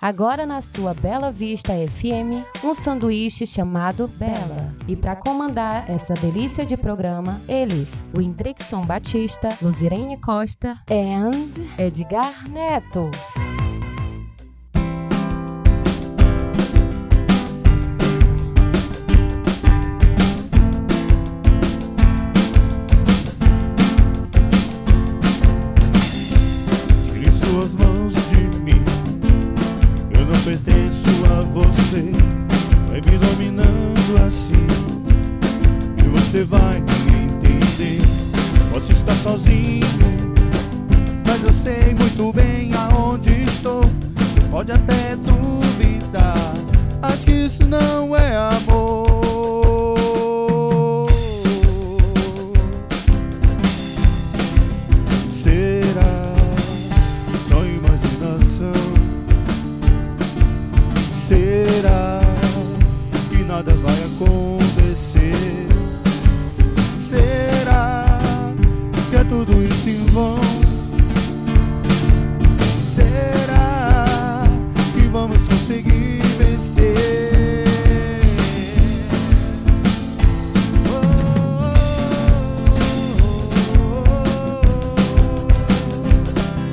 Agora na sua Bela Vista FM, um sanduíche chamado Bela. E para comandar essa delícia de programa, eles, o Indrixon Batista, Luzirene Costa and Edgar Neto. Tire suas mãos de mim. Eu não pertenço a você. Vai me dominando assim. E você vai me entender. Posso estar sozinho, mas eu sei muito bem aonde estou. Você pode até duvidar. Acho que isso não é amor. Será só imaginação? Será que nada vai acontecer? Será que é tudo isso em vão? Será que vamos conseguir vencer? Oh, oh, oh, oh.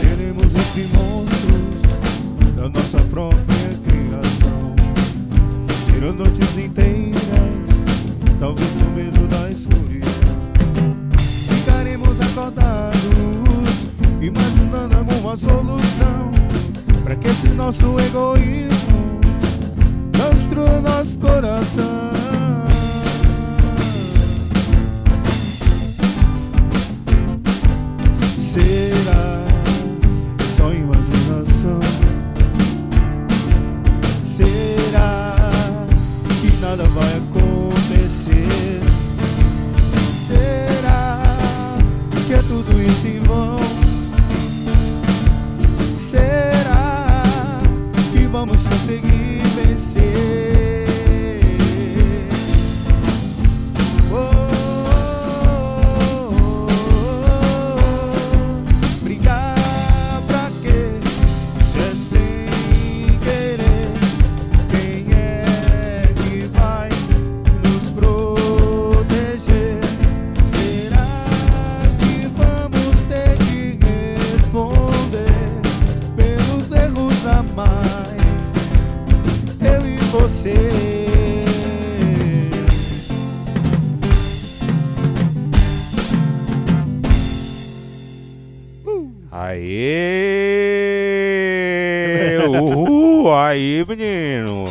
Seremos entre monstros da nossa própria criação. Serão noites inteiras, talvez no medo da escuridão. Ficaremos acordados, imaginando alguma solução para que esse nosso egoísmo não destrua nosso coração. Será só imaginação? Será que nada vai acontecer? Será que é tudo isso em vão? Será que vamos conseguir vencer? Brigar pra quê? Se é sem querer, quem é que vai nos proteger? Será que vamos ter que responder pelos erros a mais? Eu e você. Aê! Uhul! Aí, menino!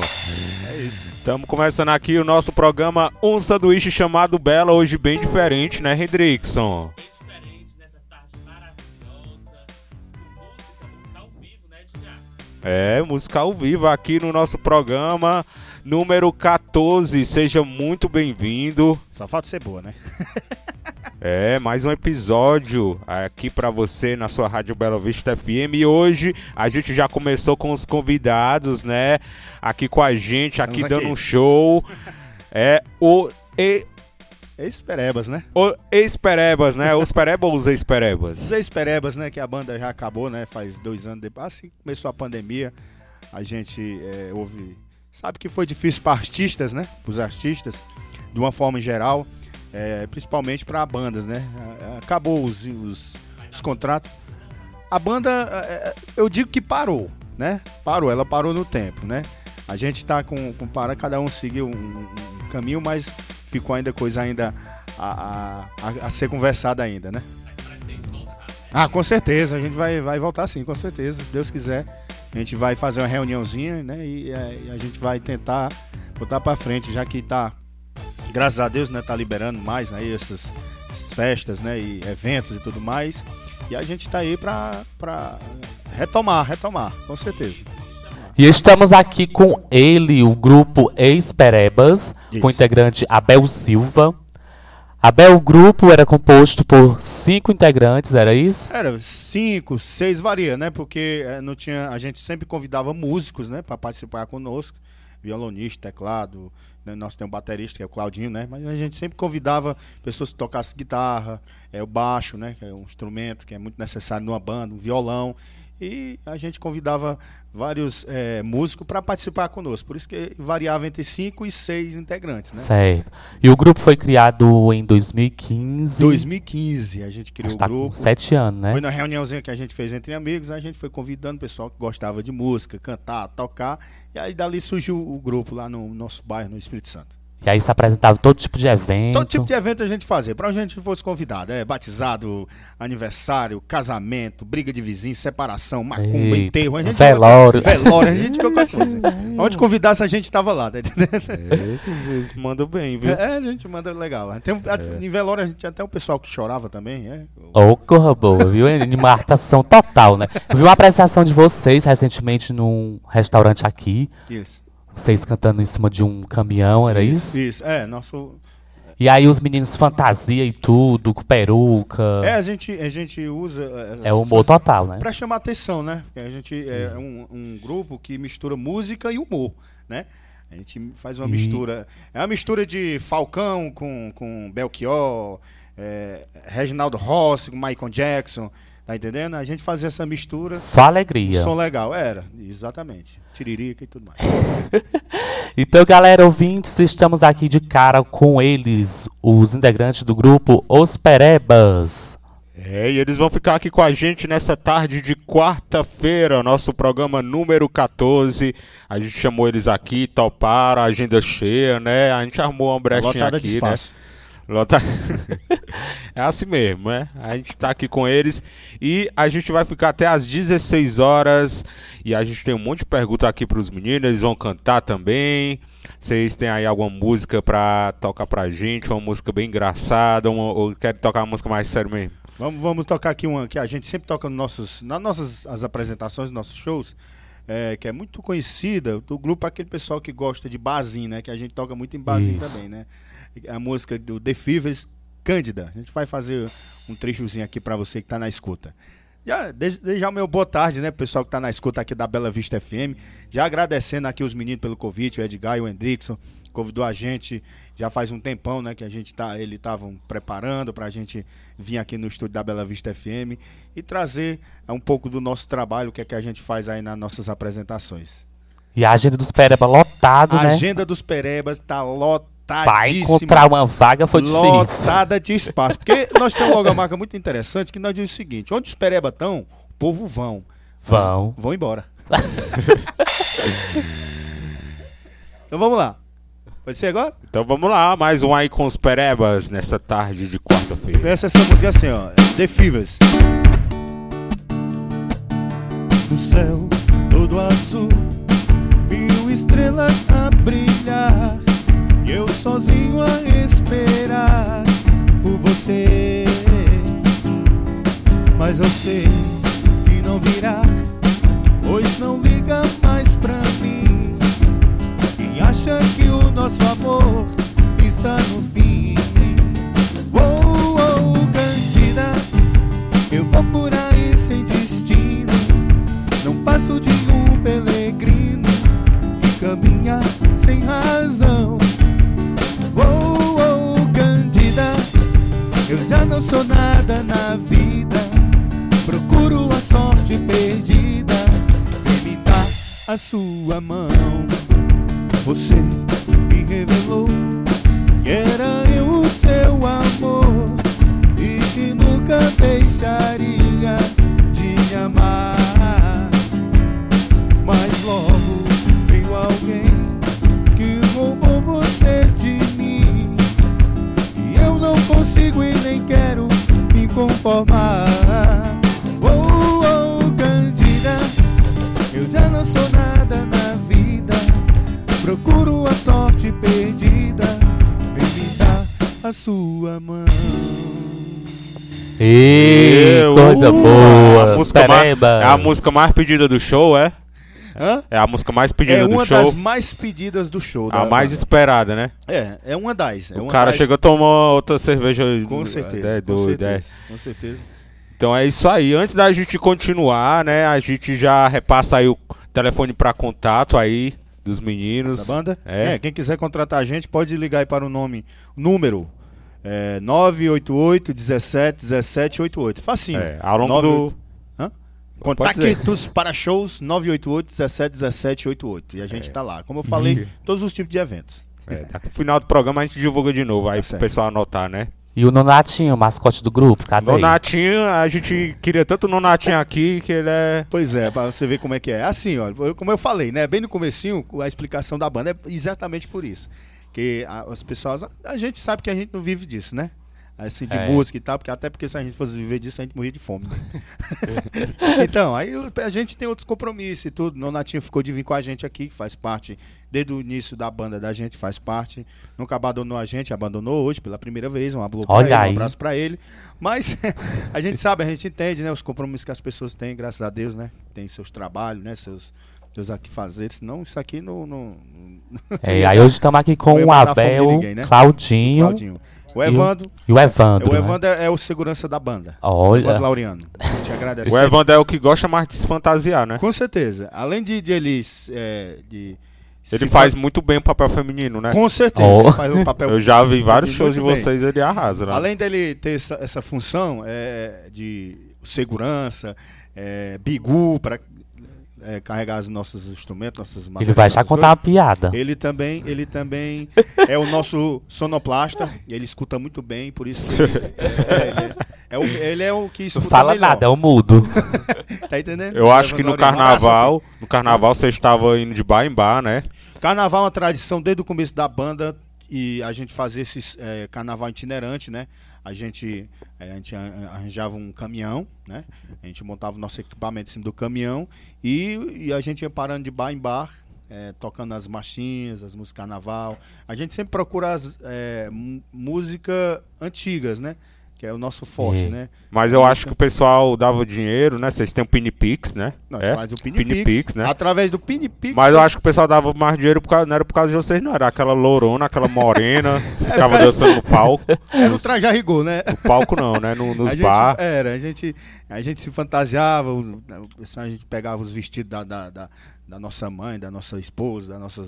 Estamos começando aqui o nosso programa Um Sanduíche Chamado Bela, hoje bem diferente, né, Hendrickson? diferente nessa tarde maravilhosa, com música, música ao vivo, né, Edgar? É, música ao vivo aqui no nosso programa número 14. Seja muito bem-vindo. Só falta ser boa, né? É, mais um episódio aqui pra você na sua Rádio Bela Vista FM. E hoje a gente já começou com os convidados, né? Aqui com a gente, aqui Estamos dando aqui. um show. É o, e, Esperebas, né? o Ex-Perebas, né? Os Perebas ou os Ex-Perebas? Os ex-perebas, né? Que a banda já acabou, né? Faz dois anos depois. Assim que começou a pandemia, a gente é, houve. Sabe que foi difícil para artistas, né? Os artistas, de uma forma em geral, é, principalmente para bandas, né? A- a- Acabou os, os, os contratos. A banda, é, é, eu digo que parou, né? Parou, ela parou no tempo, né? A gente tá com, com para, cada um seguiu um, um caminho, mas ficou ainda coisa ainda a- a- a, a ser conversada ainda, né? Ah, com certeza, a gente vai, vai voltar sim, com certeza, se Deus quiser. A gente vai fazer uma reuniãozinha, né? E, é, e a gente vai tentar botar pra frente, já que tá, graças a Deus, né? Tá liberando mais né, essas essas festas, né? E eventos e tudo mais. E a gente tá aí pra, pra retomar, retomar, com certeza. E estamos aqui com ele, o grupo Ex-Perebas, Isso. com o integrante Abel Silva. Abel, o grupo era composto por cinco integrantes, era isso? Era cinco, seis varia, né? Porque eh, não tinha, a gente sempre convidava músicos, né, para participar conosco, violonista, teclado, né, Nós temos um baterista, que é o Claudinho, né? Mas a gente sempre convidava pessoas que tocassem guitarra, é, o baixo, né? Que é um instrumento que é muito necessário numa banda, um violão. E a gente convidava vários é, músicos para participar conosco. Por isso que variava entre cinco e seis integrantes, né? Certo. E o grupo foi criado em 2015. 2015 a gente criou Acho o que tá com grupo. sete anos, né? Foi na reuniãozinha que a gente fez entre amigos, a gente foi convidando o pessoal que gostava de música, cantar, tocar, e aí dali surgiu o grupo lá no nosso bairro, no Espírito Santo. E aí se apresentava todo tipo de evento. Todo tipo de evento a gente fazia, pra onde a gente fosse convidado, é batizado, aniversário, casamento, briga de vizinho, separação, macumba, Eita, enterro, a gente velório. velório, a gente qualquer coisa. Onde convidasse a gente tava lá, tá entendendo? Vocês mandam bem, viu? É, a gente manda legal. Tem, um- É. Em velório a gente tinha até um pessoal que chorava também, é. Ô, corra boa, viu? Animatação total, né? Eu vi uma apresentação de vocês recentemente num restaurante aqui. Isso. Vocês cantando em cima de um caminhão, era isso? Isso, é, nosso E aí os meninos fantasia e tudo, com peruca. É, a gente, a gente usa. eh, Ah. É, essas o humor coisas total, né? Pra chamar atenção, né? Porque a gente é um, um grupo que mistura música e humor, né? A gente faz uma E- mistura. É uma mistura de Falcão com, com Belchior, eh, Reginaldo Rossi, com Michael Jackson. Tá entendendo? A gente fazia essa mistura. Só alegria. Som legal, era, exatamente. Tiririca e tudo mais. Então, galera, ouvintes, estamos aqui de cara com eles, os integrantes do grupo Os Perebas. É, e eles vão ficar aqui com a gente nessa tarde de quarta-feira, nosso programa número 14. A gente chamou eles aqui, toparam, a agenda cheia, né? A gente armou uma brechinha Lotada de aqui, né? espaço. Lota... é assim mesmo, né? A gente tá aqui com eles e a gente vai ficar até às 16 horas e a gente tem um monte de pergunta aqui pros meninos, eles vão cantar também. Vocês têm aí alguma música pra tocar pra gente, uma música bem engraçada, uma... ou querem tocar uma música mais séria mesmo? Vamos, vamos tocar aqui uma que a gente sempre toca nos nossos, nas nossas as apresentações, nos nossos shows, é, que é muito conhecida do grupo aquele pessoal que gosta de Bazin, né? Que a gente toca muito em Bazin Isso. também, né? A música do The Fevers, Cândida. A gente vai fazer um trechozinho aqui pra você que tá na escuta. Já, desde, desde já o meu boa tarde, né, pro pessoal que tá na escuta aqui da Bela Vista FM. Já agradecendo aqui os meninos pelo convite, o Edgar e o Hendrickson, convidou a gente já faz um tempão, né, que a gente tá, ele estavam preparando pra gente vir aqui no estúdio da Bela Vista FM e trazer é, um pouco do nosso trabalho, o que é que a gente faz aí nas nossas apresentações. E a agenda dos Perebas lotado, a né? agenda dos Perebas tá lotadíssima. Pra encontrar uma vaga foi difícil. Lotada de espaço. Porque nós temos uma logomarca muito interessante que nós diz o seguinte: onde os pereba estão, o povo vão. Vão. Vão embora. então vamos lá. Pode ser agora? Então vamos lá, mais um aí com os perebas nessa tarde de quarta-feira. Essa, essa música é assim, ó. The Fevers. O céu todo azul, mil estrelas a brilhar, e eu sozinho a esperar por você. Mas eu sei que não virá, pois não liga mais pra mim. Quem acha que o nosso amor está no fim? Uou, uou, Candida, eu vou por aí sem destino. Não passo de um peregrino que caminha sem razão. Uou, uou, Candida, eu já não sou nada na vida. Procuro a sorte perdida e me dá a sua mão. Você me revelou que era eu o seu amor e que nunca deixaria de amar. Mas logo veio alguém que roubou você de mim e eu não consigo e nem quero me conformar. Oh, oh, Candida, eu já não sou nada na vida. Procuro a sorte perdida, vem me dar a sua mão. E coisa Uh, boa. a Os música mais, Perebas. é a música mais pedida do show, é? Hã? É a música mais pedida É do uma show. das mais pedidas do show. A da- mais esperada, né? É, é uma das. É o uma cara das, chegou a tomar outra cerveja. Com certeza. É com, doido, é. certeza com certeza. Tá Então é isso aí. Antes da gente continuar, né? A gente já repassa aí o telefone pra contato aí. dos meninos. Da banda? É. quem quiser contratar a gente pode ligar aí para o nome, número é, 988 17 17 88. Facinho. É, ao longo do- 98 Hã? Pode Contactos para shows 988 17 17 88. E a gente está lá. Como eu falei, todos os tipos de eventos. É, daqui no final do programa a gente divulga de novo, aí Tá pro certo. pessoal anotar, né? E o Nonatinho, o mascote do grupo, Tá cadê? Nonatinho, a gente queria tanto o Nonatinho aqui que ele é. Pois é, para você ver como é que é. Assim, ó, eu- como eu falei, né? Bem no comecinho, a explicação da banda é exatamente por isso. Que a- as pessoas, a, a gente sabe que a gente não vive disso, né? Assim, de É. música e tal, porque até porque se a gente fosse viver disso, a gente morria de fome. né? então, aí o- a gente tem outros compromissos e tudo. Nonatinho ficou de vir com a gente aqui, que faz parte, desde o início da banda da gente, faz parte. Nunca abandonou a gente, abandonou hoje pela primeira vez. Um abraço pra Olha ele, um aí. abraço pra ele. Mas a gente sabe, a gente entende, né? Os compromissos que as pessoas têm, graças a Deus, né? Tem seus trabalhos, né? Seus, seus aqui fazer. Senão isso aqui não. não- É, aí hoje estamos aqui com Não ia o matar a fome de Abel, ninguém, né? Claudinho, Claudinho. O Evandro. e o Evandro. O né? Evandro é, é o segurança da banda. Olha, Evandro Laureano. A gente agradece. O Evandro é o que gosta mais de se fantasiar, né? Com certeza. Além de, de ele. é, de Ele se- faz muito bem o papel feminino, né? Com certeza. Oh. Ele faz o papel Eu já vi vários Muito shows de bem. vocês, ele arrasa, né? Além dele ter essa, essa função é, de segurança, é, bigu para carregar os nossos instrumentos, nossas ele vai já nossas contar uma piada. coisas. Ele também, ele também é o nosso sonoplasta. Ele escuta muito bem, por isso que ele é, ele é- é o, ele é o que Não escuta fala melhor. nada, é um o mudo. Tá entendendo? Eu acho que no Evandro Laureano, um abraço, carnaval, no carnaval você estava indo de bar em bar, né? Carnaval é uma tradição desde o começo da banda e a gente fazia esse eh, carnaval itinerante, né? A gente, eh, a gente an- arranjava um caminhão, né? A gente montava o nosso equipamento em cima do caminhão e, e a gente ia parando de bar em bar, eh, tocando as marchinhas, as músicas carnaval. A gente sempre procura as eh, mu- música antigas, né? Que é o nosso forte, É. né? Mas eu acho que o pessoal dava dinheiro, né? Vocês têm o Pinipix, né? Nós É. faz o Pinipix, Pinipix, né? Através do Pinipix. Mas eu acho que o pessoal dava mais dinheiro, por causa- não era por causa de vocês, não. Era aquela lourona, aquela morena, É, que ficava porque- dançando no palco. Era o Traja Rigor, né? No palco não, né? No- nos a bar. Gente, é era, a gente, a gente se fantasiava, o- o pessoal, a gente pegava os vestidos da, da, da- da nossa mãe, da nossa esposa, da nossa.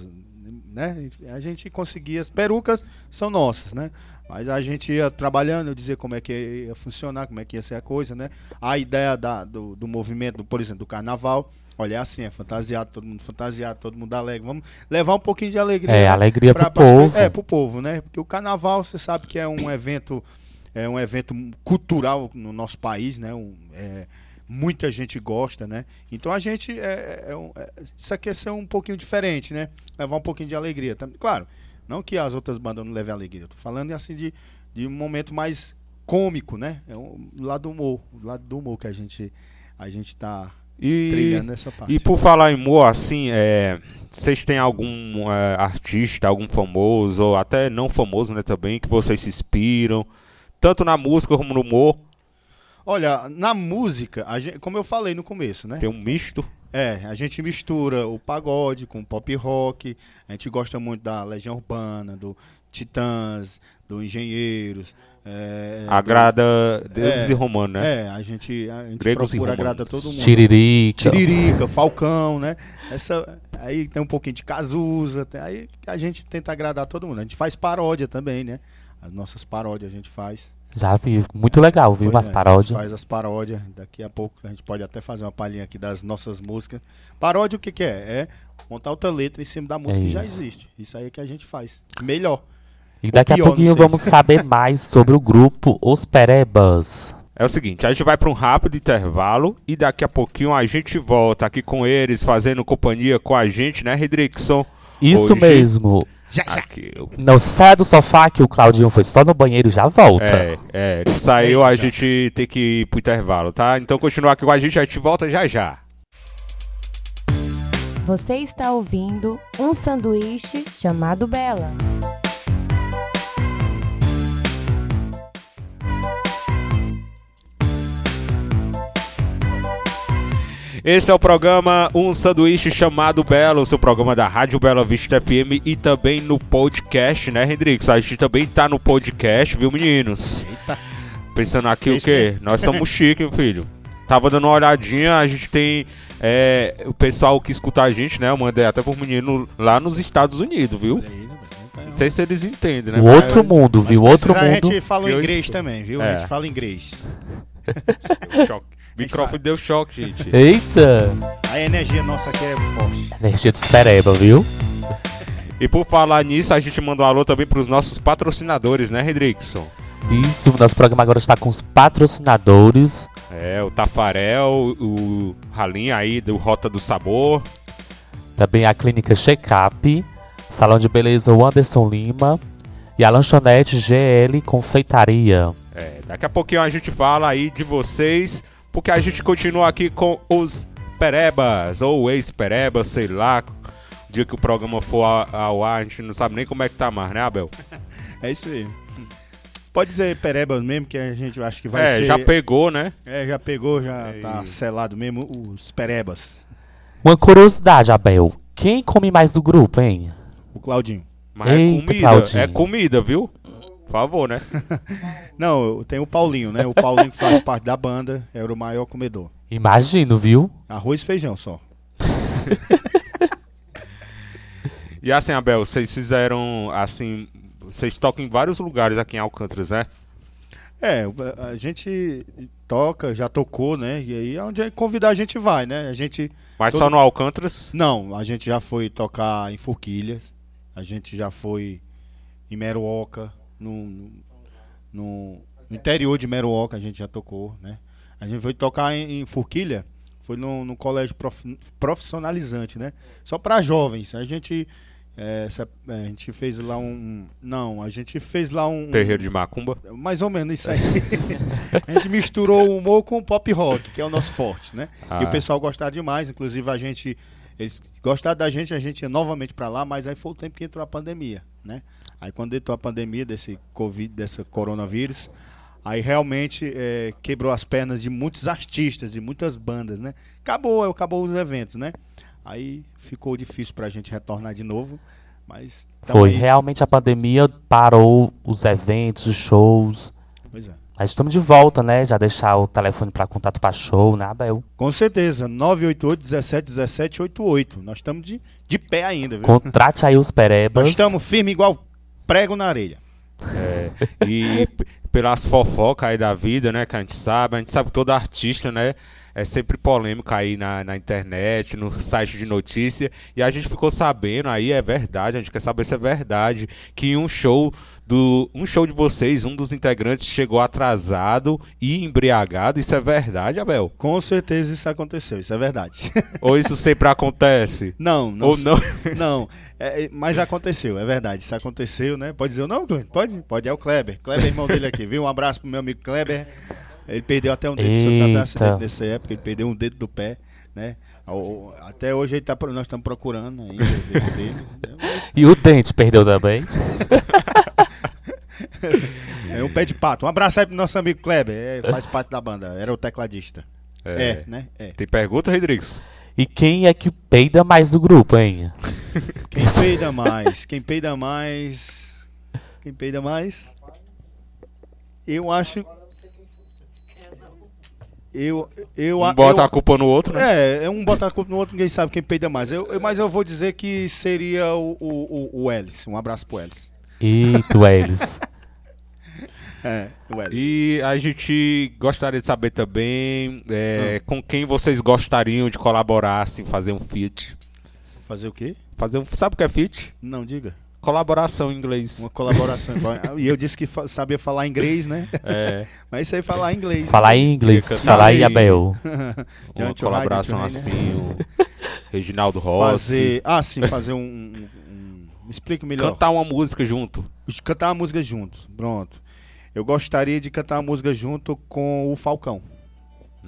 Né? A gente conseguia, as perucas são nossas, né? Mas a gente ia trabalhando, eu dizia como é que ia funcionar, como é que ia ser a coisa, né? A ideia da- do, do movimento, por exemplo, do carnaval, olha é assim, é fantasiado, todo mundo fantasiado, todo mundo alegre. Vamos levar um pouquinho de alegria. É, né? alegria Pra- pro pras pe- povo. É, pro povo, né? Porque o carnaval, você sabe que é um evento é um evento cultural no nosso país, né? Um, é, muita gente gosta, né? Então a gente é, é um- é- isso aqui é ser um pouquinho diferente, né? Levar um pouquinho de alegria, tam- claro. Não que as outras bandas não levem alegria, eu tô falando assim de, de um momento mais cômico, né? É um lado do humor, o lado do humor que a gente a gente tá E, trilhando nessa parte. e por falar em humor, assim, é, vocês têm algum é, artista, algum famoso, ou até não famoso, né, também, que vocês se inspiram, tanto na música como no humor, Olha, na música, a gen- como eu falei no começo, né? tem um misto. É, a gente mistura o pagode com o pop rock, a gente gosta muito da Legião Urbana, do Titãs, do Engenheiros. É, agrada deuses É. e romano, do- né? É, a gente, a gente Gregos e procura romanos. agradar todo mundo. Tiririca. Tiririca, Falcão, né? Essa, aí tem um pouquinho de Cazuza, tem- aí a gente tenta agradar todo mundo. A gente faz paródia também, né? As nossas paródias a gente faz. Já vi, muito legal, viu? Pois As é, paródias. A gente faz as paródias. Daqui a pouco a gente pode até fazer uma palhinha aqui das nossas músicas. Paródia o que, que é? É montar outra letra em cima da música que já isso. existe. Isso aí é que a gente faz. Melhor. E pior, daqui a não pouquinho sei. vamos saber mais sobre o grupo Os Perebas. É o seguinte, a gente vai para um rápido intervalo e daqui a pouquinho a gente volta aqui com eles, fazendo companhia com a gente, né, Redrickson? Isso Hoje- mesmo. Aqui, eu- Não sai do sofá que o Claudinho foi só no banheiro e já volta. né, É, é, ele saiu, a gente tem que ir pro intervalo, tá? Então continua aqui com a gente, a gente volta já já. Você está ouvindo um sanduíche chamado Bela. Esse é o programa Um Sanduíche Chamado Belo, seu programa da Rádio Bela Vista FM e também no podcast, né, Hendrix? A gente também tá no podcast, viu, meninos? Eita. Pensando aqui o quê? Nós somos chique, filho. Tava dando uma olhadinha, a gente tem é, o pessoal que escuta a gente, né? Eu mandei até pro menino lá nos Estados Unidos, viu? Olha aí, né, velho? Não sei se eles entendem, né? O Um outro Mas- mundo, viu? O outro Mas a mundo. gente fala Eu inglês escuto. também, viu? É. A gente fala inglês. Choque. O microfone deu choque, gente. É. Eita! A energia nossa aqui é forte. Energia dos Pereba, viu? E por falar nisso, a gente manda um alô também pros nossos patrocinadores, né, Redrickson? Isso, o nosso programa agora está com os patrocinadores. É, o Tafarel, o Ralim aí do Rota do Sabor. Também a Clínica Checkup, Salão de Beleza o Anderson Lima e a lanchonete GL Confeitaria. É, daqui a pouquinho a gente fala aí de vocês, porque a gente continua aqui com os Perebas, ou ex-Perebas, sei lá. O dia que o programa for a- ao ar, a gente não sabe nem como é que tá mais, né, Abel? É isso aí. Pode dizer Perebas mesmo, que a gente acho que vai é, ser. já pegou, né? É, já pegou, já É tá isso. selado mesmo os Perebas. Uma curiosidade, Abel. Quem come mais do grupo, hein? O Claudinho. Mas Eita, é comida, Claudinho. é comida, viu? Por favor, né? Não, tem o Paulinho, né? O Paulinho que faz parte da banda, era o maior comedor. Imagino, viu? Arroz e feijão só. E assim, Abel, vocês fizeram assim. Vocês tocam em vários lugares aqui em Alcântara, né? É, o- a gente toca, já tocou, né? E aí onde convidar a gente vai, né? A gente Mas Todo- só no Alcântara. Não, a gente já foi tocar em Forquilhas, a gente já foi em Meruoca, no, no- no interior de Meruoca a gente já tocou, né? A gente foi tocar em, em Forquilha, foi num num colégio prof- profissionalizante, né? Só para jovens. A gente, eh, se- eh, a gente fez lá um. Não, a gente fez lá um. Terreiro de Macumba. Mais ou menos isso aí. a gente misturou o humor com o pop rock, que é o nosso forte, né? Ah. E o pessoal gostava demais, inclusive a gente. Eles gostaram da gente, a gente ia novamente pra lá, mas aí foi o tempo que entrou a pandemia, né? Aí quando entrou a pandemia desse Covid, dessa coronavírus, aí realmente eh, quebrou as pernas de muitos artistas, de muitas bandas, né? Acabou, acabou os eventos, né? Aí ficou difícil pra gente retornar de novo, mas... tamo Foi. aí. Realmente a pandemia parou os eventos, os shows. Pois é. Mas estamos de volta, né? Já deixar o telefone para contato para show, né, Abel? Com certeza, 988-17-1788. Nós estamos de, de pé ainda, viu? Contrate aí os Perebas. Nós estamos firme igual prego na areia. E p- pelas fofocas aí da vida, né? Que a gente sabe. A gente sabe que todo artista, né? É sempre polêmica aí na, na internet, no site de notícia. E a gente ficou sabendo aí, é verdade, a gente quer saber se é verdade, que em um show do. Um show de vocês, um dos integrantes chegou atrasado e embriagado. Isso é verdade, Abel? Com certeza isso aconteceu, isso é verdade. Ou isso sempre acontece? Não, não. Ou não? Não, é, é, mas aconteceu, é verdade. Isso aconteceu, né? Pode dizer o nome, Cleber? Pode? Pode, é o Kleber. Kleber é irmão dele aqui, viu? Um abraço pro meu amigo Kleber. Ele perdeu até um dedo, sofreu até um Eita. acidente nessa época, ele perdeu um dedo do pé, né? O- o- Até hoje ele tá, pro- nós estamos procurando ainda o dedo dele. né? Mas E o Dente perdeu também. É um pé de pato. Um abraço aí pro nosso amigo Kleber. É, faz parte da banda. Era o tecladista. É, né? É. Tem pergunta, Rodrigues? E quem é que peida mais do grupo, hein? Quem peida mais? Quem peida mais? Quem peida mais? Eu acho. Eu. eu, Um eu bota a culpa no outro, né? É, é um botar a culpa no outro, ninguém sabe quem peida mais. Eu, eu- mas eu vou dizer que seria o, o, o, o Ellis. Um abraço pro Ellis. Eita, eles. É, o Ellis. E a gente gostaria de saber também Ah. é, com quem vocês gostariam de colaborar, assim, fazer um feat. Fazer o quê? Fazer um. Sabe o que é feat? Não, diga. Colaboração em inglês. Uma colaboração. e eu disse que fa- sabia falar inglês, né? É, Mas isso aí falar inglês. Falar em inglês, Fica falar em assim. Abel. uma Don't you colaboração hide it, assim, o Reginaldo Rossi. né? fazer. Ah, sim, fazer um. um- um- me explica melhor. Cantar uma música junto. Cantar uma música juntos. Pronto. Eu gostaria de cantar uma música junto com o Falcão.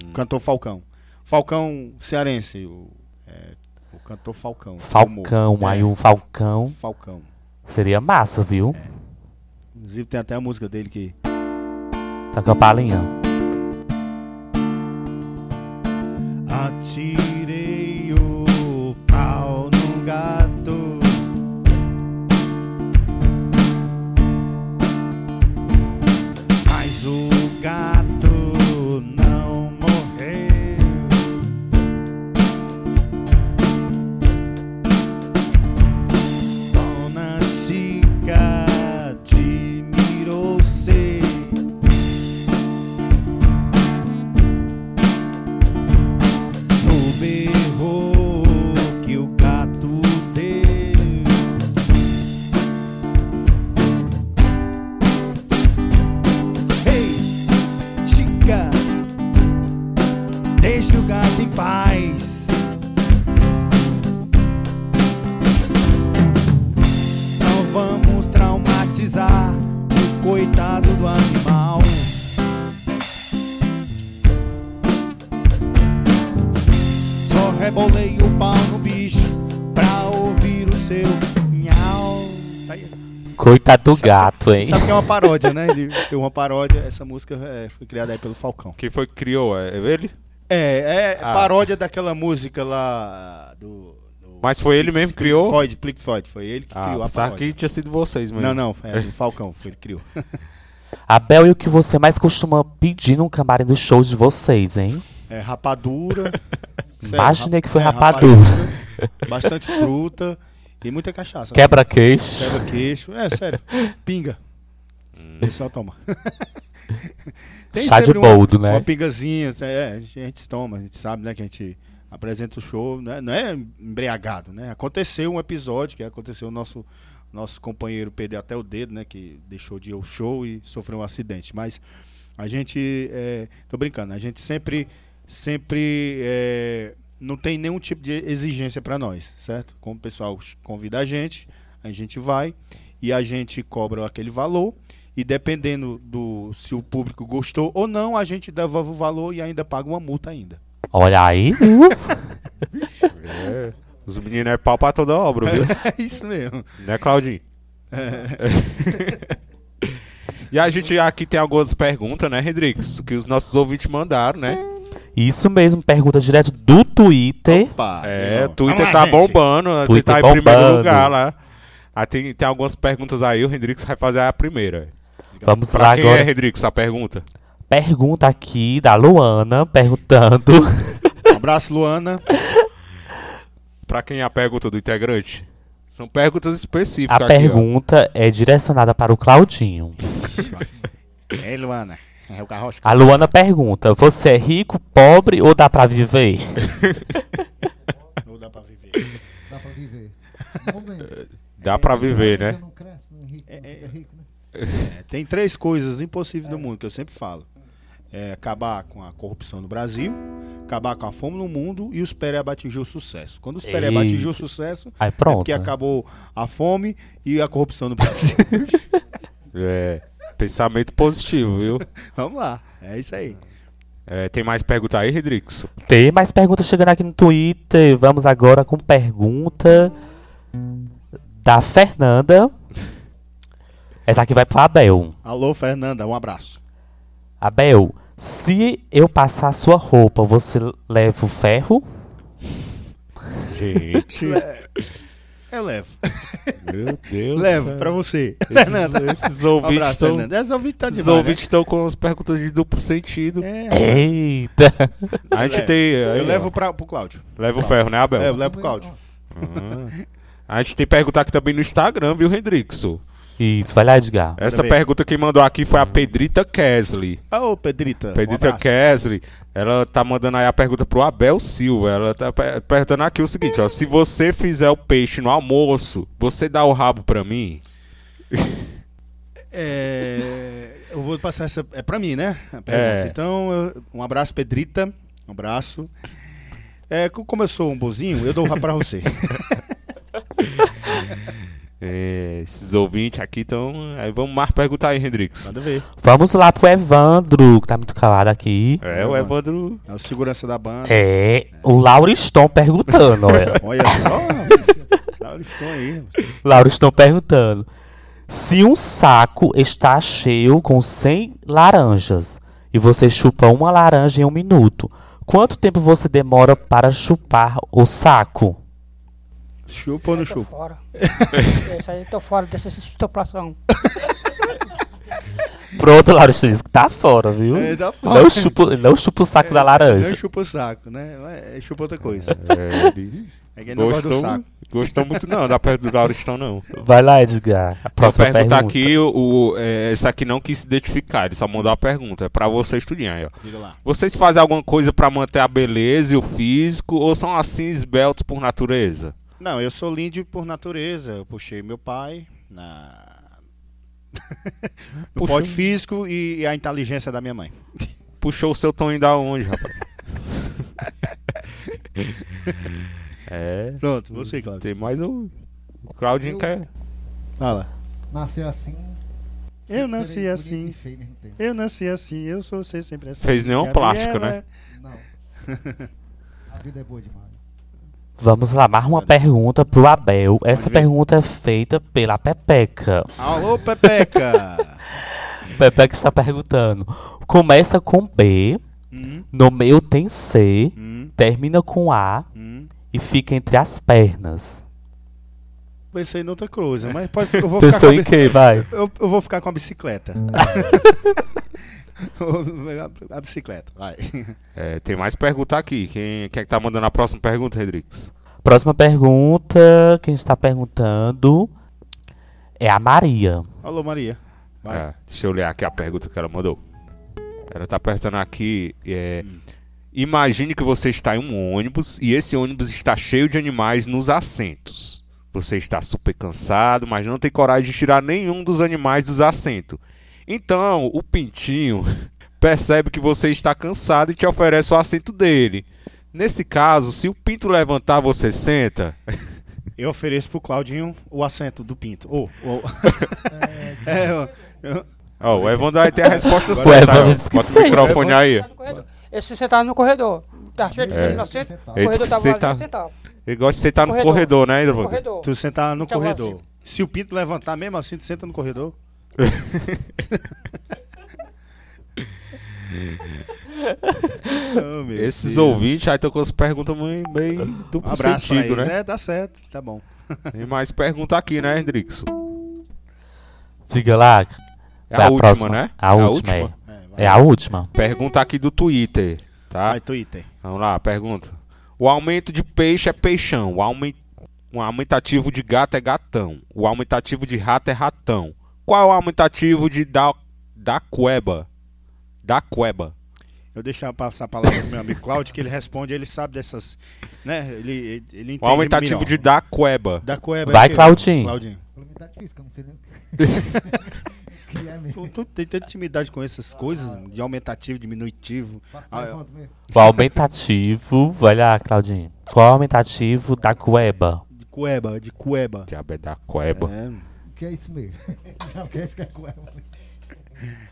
O cantor Falcão. Falcão cearense. O, é, o cantor Falcão. Falcão, É. aí o. um Falcão. Falcão. Seria massa, viu? Inclusive tem até a música dele que. Tá com a palinha. Atirei o pau no gato. Mas o gato não morreu. fica. Deixa o gato em paz. Não vamos traumatizar o coitado do animal. Só rebolei o pau no bicho pra ouvir o seu miau. Tá aí. Coitado do gato, hein? Sabe que é uma paródia, né? Ele tem uma paródia. Essa música é, foi criada aí pelo Falcão. Quem foi que criou? É ele? É, é Ah. paródia daquela música lá do. do Mas foi ele mesmo que criou? Floyd, Pink Floyd, foi ele que Ah, criou a pensava paródia. que tinha sido vocês, mano. Não, não, é do Falcão, foi ele que criou. Abel, e o que você mais costuma pedir num camarim do show de vocês, hein? É rapadura. Isso aí, Imaginei que foi é, rapadura. Bastante fruta e muita cachaça. né? Quebra-queixo. Quebra-queixo. É, sério. Pinga. O pessoal toma. Chá de sempre um- uma- boldo, né? Uma pingazinha. É, a gente, a gente toma, a gente sabe, né? Que a gente apresenta o show, né? Não é embriagado, né? Aconteceu um episódio que aconteceu o nosso... Nosso companheiro perdeu até o dedo, né? Que deixou de ir ao show e sofreu um acidente. Mas a gente. É, tô brincando, a gente sempre. Sempre. é, não tem nenhum tipo de exigência para nós, certo? Como o pessoal ch- convida a gente, a gente vai e a gente cobra aquele valor. E dependendo do se o público gostou ou não, a gente devolve o valor e ainda paga uma multa ainda. Olha aí, viu? É. Os meninos é pau pra toda obra, viu? É isso mesmo. né, Claudinho? e a gente aqui tem algumas perguntas, né, Redrix? Que os nossos ouvintes mandaram, né? Isso mesmo, pergunta direto do Twitter. Opa, É, legal. Twitter Vamos lá, tá gente. bombando, né? Twitter tá em primeiro bombando. lugar lá. Ah, tem, tem algumas perguntas aí, o Redrix vai fazer a primeira. Vamos lá Pra quem é, agora. Redrix, a pergunta? Pergunta aqui da Luana, perguntando Abraço, Luana. Pra quem é a pergunta do integrante? São perguntas específicas A aqui, ó. pergunta é direcionada para o Claudinho. Ei, Luana. É o carrocha. A Luana pergunta: Você é rico, pobre ou dá pra viver? Não dá pra viver. Dá pra viver. Dá pra viver, né? Não cresce, não é rico, não fica rico, né? É, tem três coisas impossíveis no mundo que eu sempre falo. É acabar com a corrupção no Brasil, acabar com a fome no mundo e os Pereba atingiu o sucesso. Quando os Pereba Eita. atingiu o sucesso, Aí é pronto. porque né? acabou a fome e a corrupção no Brasil. É. Pensamento positivo, viu? Vamos lá, é isso aí. É, tem mais pergunta aí, Redrix? Tem mais perguntas chegando aqui no Twitter. Vamos agora com pergunta da Fernanda. Essa aqui vai para Abel. Alô, Fernanda, um abraço. Abel, se eu passar sua roupa, você leva o ferro? Gente, É, Eu levo. meu Deus. levo do céu. pra você. Fernanda. Esses, esses Um ouvintes abraço, estão. Fernanda. Esses ouvintes tá Esses demais, ouvintes estão com as perguntas de duplo sentido. né? É, Eita! A gente levo. tem. aí, eu ó, levo pra, pro Cláudio. leva o ferro, né, Abel? É, eu levo pro Cláudio. Ah. A gente tem pergunta aqui também no Instagram, viu, Redrixo? Isso, vai lá, Edgar. Essa Manda ver. pergunta que mandou aqui foi a Pedrita Kesley. Ô, Pedrita. um Pedrita abraço. Kesley, ela tá mandando aí a pergunta pro Abel Silva. Ela tá per- perguntando aqui o seguinte, ó. Se você fizer o peixe no almoço, você dá o rabo pra mim? É, eu vou passar essa. É pra mim, né? a pergunta. É. Então, eu- um abraço, Pedrita. Um abraço. É, co- como eu sou um bozinho, eu dou o rabo pra você. É, esses ouvintes aqui estão... Aí vamos mais perguntar aí, Hendrix. Manda ver. Vamos lá pro Evandro, que tá muito calado aqui. É, o Evandro... É o segurança da banda. É, o Lauriston perguntando, olha. Olha só. Lauriston aí. Lauriston perguntando. Se um saco está cheio com 100 laranjas e você chupa uma laranja em um minuto, quanto tempo você demora para chupar o saco? Chupa ou não Eu tô chupa? fora. Esse aí eu tô fora dessa situação. Pronto, Lauriston disse que tá fora, viu? É, dá fora. Não chupa, não chupa o saco da Não laranja. chupa o saco, né? É, Chupa outra coisa. É, ele É quem não gosta do gostou, saco. gostou muito não da pergunta do Lauristão, não. Vai lá, Edgar. A Pra próxima pergunta. perguntar aqui, o, o- é, esse aqui não quis se identificar, ele só mandou a pergunta. É pra você estudar aí, ó. Diga lá. Vocês fazem alguma coisa pra manter a beleza e o físico ou são assim esbeltos por natureza? Não, eu sou lindo por natureza. Eu puxei meu pai na. no Puxou. um- pote físico e a inteligência da minha mãe. puxou o seu Toninho da onde, rapaz? é. Pronto, você, Cláudio. Tem mais o. O Claudinho Eu- quer. Fala. Nascer assim. Eu sempre nasci serei bonito assim. e feio ao mesmo tempo. Eu nasci assim, eu sou você sempre assim. Fez nenhum plástico, né? Não. A vida é boa demais. Vamos lá, mais uma pergunta pro Abel. Essa Pode vir. pergunta é feita pela Pepeca. Alô, Pepeca! Pepeca está perguntando. Começa com B, Hum, no meio tem C, hum, termina com A hum. e fica entre as pernas. Pensei em outra coisa, mas pode, eu, vou ficar com Pensou a, em bi- quem, vai? eu, eu vou ficar com a bicicleta. a bicicleta, vai. É, tem mais pergunta aqui. Quem, quem é que tá mandando a próxima pergunta, Redrix? Próxima pergunta, quem está tá perguntando é a Maria. Alô, Maria. Vai. É, deixa eu ler aqui a pergunta que ela mandou. Ela tá apertando aqui. é, Imagine que você está em um ônibus e esse ônibus está cheio de animais nos assentos. Você está super cansado, mas não tem coragem de tirar nenhum dos animais dos assentos. Então, o pintinho percebe que você está cansado e te oferece o assento dele. Nesse caso, se o pinto levantar, você senta. Eu ofereço pro Claudinho o assento do Pinto. Ô, ô. É, ó, eu- Ó, o Evandro vai ter a resposta O certa. Evandro ó. disse que Bota o sim. microfone aí. Tá no corredor. Esse você tá no corredor. Tá cheio de É. gente no assento. O Ele corredor disse que tá vazio, você você tá. Ele gosta de sentar no Corredor. corredor, né, No Evandro? corredor. tu sentar no Então, corredor. assim- Se o Pinto levantar mesmo assim, tu senta no corredor. Oh, meu Esses Deus. ouvintes aí estão com as perguntas muito- meio Um duplo abraço sentido, pra eles. né? É, tá certo, tá bom. Tem mais pergunta aqui, né, Hendrix? Diga lá. É vai a, última, próxima. né? A última, é. É a última. Pergunta aqui do Twitter, tá? Vai, Twitter. Vamos lá, pergunta. O aumento de peixe é peixão. O aumen- o aumentativo de gato é gatão. O aumentativo de rato é ratão. Qual é o aumentativo de da, da cueba? Da cueba. Eu deixo passar a palavra pro meu amigo Claudio, que ele responde, ele sabe dessas. Né? Ele, ele ele entende. O aumentativo de melhor. da cueba. Da Coeba. Vai, que- Claudinho. Claudinho. Pelo menos tá difícil, que eu não sei nem o que. que é mesmo. Tu, tu tem tanta intimidade com essas coisas de aumentativo, diminutivo. Faço Ah, pergunta mesmo. é O aumentativo. Vai lá, Claudinho. Qual é o aumentativo da cueba? De Coeba, de Coeba. Diabo é da cueba. É, O que é isso mesmo? Já esquece que é com ela.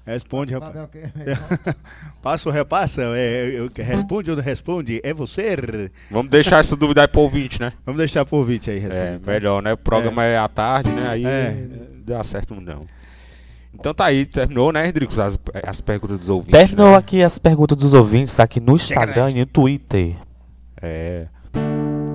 responde, rapaz. Babel, que é melhor. Passa ou repassa? É, eu- eu- responde ou não responde? É você? Vamos deixar essa dúvida aí pro ouvinte, né? Vamos deixar pro ouvinte aí responder. É, tá? melhor, né? O programa é, à tarde, né? Aí É. dá certo não. Então tá aí, terminou, né, Rodrigo, as, as perguntas dos ouvintes. Terminou né? aqui as perguntas dos ouvintes aqui no Instagram e no Twitter. É.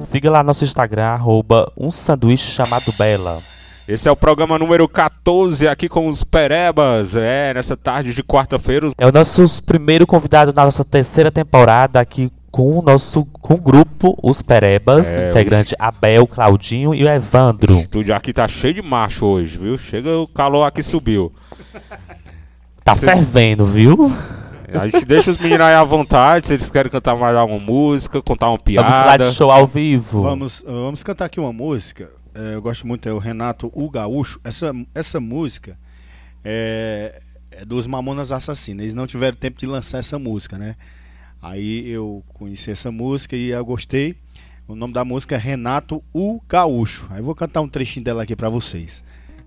Siga lá nosso Instagram, arroba um sanduíche chamado Bela. Esse é o programa número 14 aqui com os Perebas. É, nessa tarde de quarta-feira. os- É o nosso primeiro convidado na nossa terceira temporada aqui com o nosso com o grupo, os Perebas, É, integrante Abel, Claudinho e o O Evandro. estúdio aqui tá cheio de macho hoje, viu? Chega, o calor aqui subiu. Tá Vocês- fervendo, viu? A gente deixa os meninos aí à vontade, se eles querem cantar mais alguma música, contar uma Vamos lá piada. de show ao vivo. Vamos, vamos cantar aqui uma música. É, eu gosto muito, é o Renato O Gaúcho. Essa, essa música é, é dos Mamonas Assassinas. Eles não tiveram tempo de lançar essa música, né? Aí eu conheci essa música e eu gostei. O nome da música é Renato O Gaúcho. Aí eu vou cantar um trechinho dela aqui pra vocês.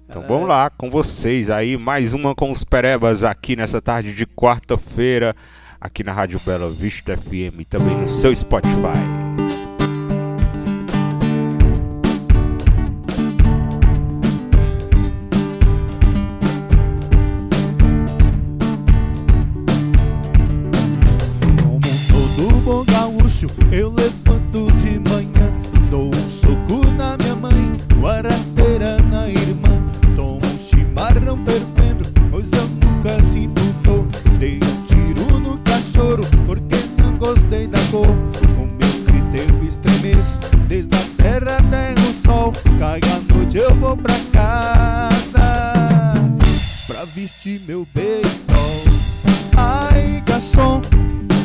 Então vamos lá com vocês aí, mais uma com os Perebas aqui nessa tarde de quarta-feira, aqui na Rádio Bela Vista FM, e também no seu Spotify. Como todo bom gaúcho, eu levanto de manhã, dou um soco na minha mãe, o arasteira na irmã, tomo um chimarrão fervendo, pois eu nunca sinto dor, dei um tiro no cachorro, porque não gostei da cor, comigo que teve estremeço, desde a terra até o sol, cai a noite eu vou pra casa, pra vestir meu peitão. Ai, garçom,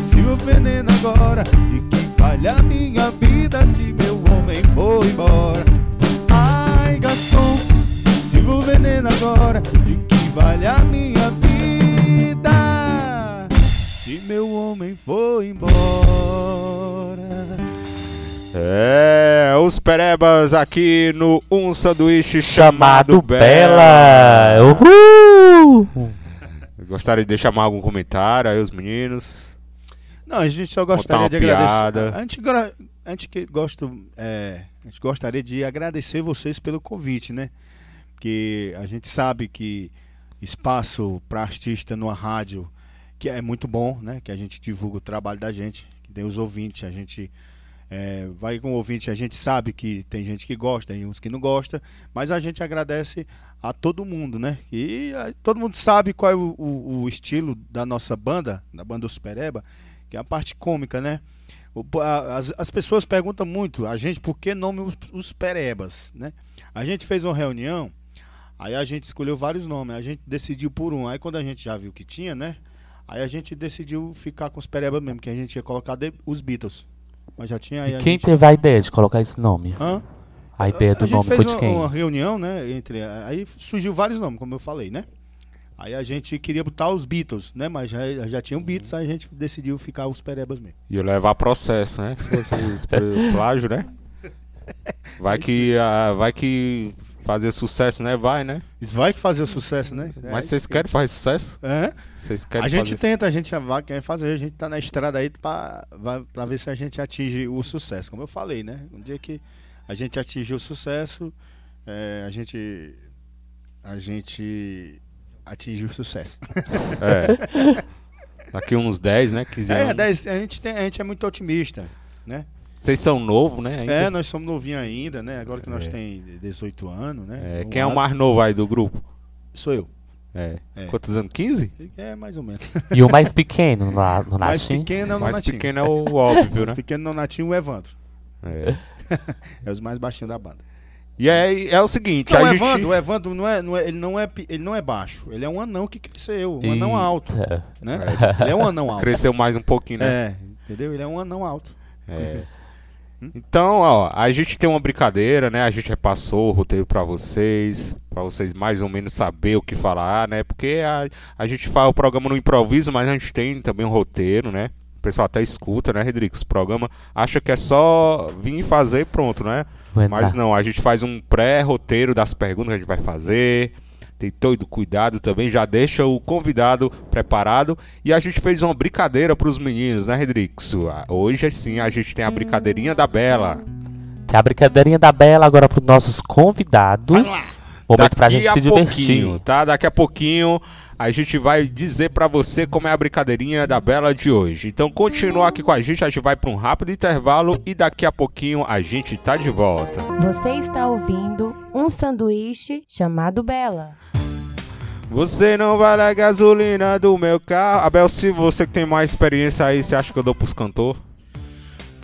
se o veneno agora De que vale a minha vida se meu homem for embora Ai, garçom, se o veneno agora De que vale a minha vida Se meu homem foi embora. É, os perebas aqui no Um Sanduíche Chamado Chamado Bela. Bela. Uhul! Gostaria de deixar mais algum comentário aí, os meninos? Não, a gente só uma gostaria de agradecer. piada. A gente, gra- a gente que gosto, é, a gente gostaria de agradecer vocês pelo convite, né? Que a gente sabe que espaço para artista numa rádio que é muito bom, né? Que a gente divulga o trabalho da gente, que tem os ouvintes, a gente é, vai com o ouvinte, a gente sabe que tem gente que gosta e uns que não gosta, mas a gente agradece a todo mundo, né? E a- todo mundo sabe qual é o, o- o estilo da nossa banda, da banda Os Pereba, que é a parte cômica, né? O- po- a- As, as pessoas perguntam muito a gente por que nome os, os Perebas, né? A gente fez uma reunião, aí a gente escolheu vários nomes, a gente decidiu por um. Aí quando a gente já viu que tinha, né? Aí a gente decidiu ficar com os Perebas mesmo, que a gente ia colocar de- os Beatles. Mas já tinha aí a Quem gente... teve a ideia de colocar esse nome? Hã? A ideia a do gente É nome fez foi de uma- quem? uma reunião, né? Entre, aí surgiu vários nomes, como eu falei, né? Aí a gente queria botar os Beatles, né? Mas já, já tinham Beatles, aí a gente decidiu ficar os Perebas mesmo. E eu levar processo, né? Se vocês pelo plágio, né? Vai que, ah, vai que fazer sucesso, né? Vai, né? Isso vai que fazer sucesso, né? Mas É, vocês querem fazer sucesso? Hã? Vocês querem A gente fazer tenta, a gente já vai, quer fazer, a gente tá na estrada aí pra, vai- pra ver se a gente atinge o sucesso. Como eu falei, né? Um dia que a gente atingir o sucesso, é, a gente. A gente atinge o sucesso. É. Daqui uns 10, né? 15 É, um anos. dez- a, gente tem- a gente é muito otimista. Vocês são novos, né? ainda? É, nós somos novinhos ainda, né? Agora que nós temos 18 anos, né? É, Um quem é o ano- mais novo aí do grupo? Sou eu. É. É. Quantos anos? 15? É, mais ou menos. E o mais pequeno lá no mais Natim? pequeno é o mais Nonatinho. pequeno é o óbvio, né? Mais pequeno é o Nonatinho e o Evandro. É. É os mais baixinhos da banda. E aí é o seguinte, Não, a Então, o gente... Evandro, o Evandro não é, não é- ele, não é, pi- ele não é baixo. Ele é um anão que cresceu. Um anão Eita. alto. Né? Ele é um anão alto. Cresceu mais um pouquinho, né? É, entendeu? Ele é Hum? um anão alto. É. Então, ó, a gente tem uma brincadeira, né? A gente repassou o roteiro pra vocês, pra vocês mais ou menos saber o que falar, né? Porque a, a gente faz o programa no improviso, mas a gente tem também um roteiro, né? O pessoal até escuta, né, Rodrigues? O programa acha que é só vir e fazer e pronto, né? Aguentar. Mas não, a gente faz um pré-roteiro das perguntas que a gente vai fazer. Tem todo cuidado também, já deixa o convidado preparado. E a gente fez uma brincadeira para os meninos, né, Redrix? Hoje sim a gente tem a brincadeirinha da Bela. Tem a brincadeirinha da Bela agora pros nossos convidados. Momento pra gente se pouquinho, divertir. tá? Daqui a pouquinho a gente vai dizer pra você como é a brincadeirinha da Bela de hoje. Então continua aqui com a gente, a gente vai pra um rápido intervalo e daqui a pouquinho a gente tá de volta. Você está ouvindo um sanduíche chamado Bela. Você não vale a gasolina do meu carro. Abel, se você que tem mais experiência aí, você acha que eu dou pros cantor?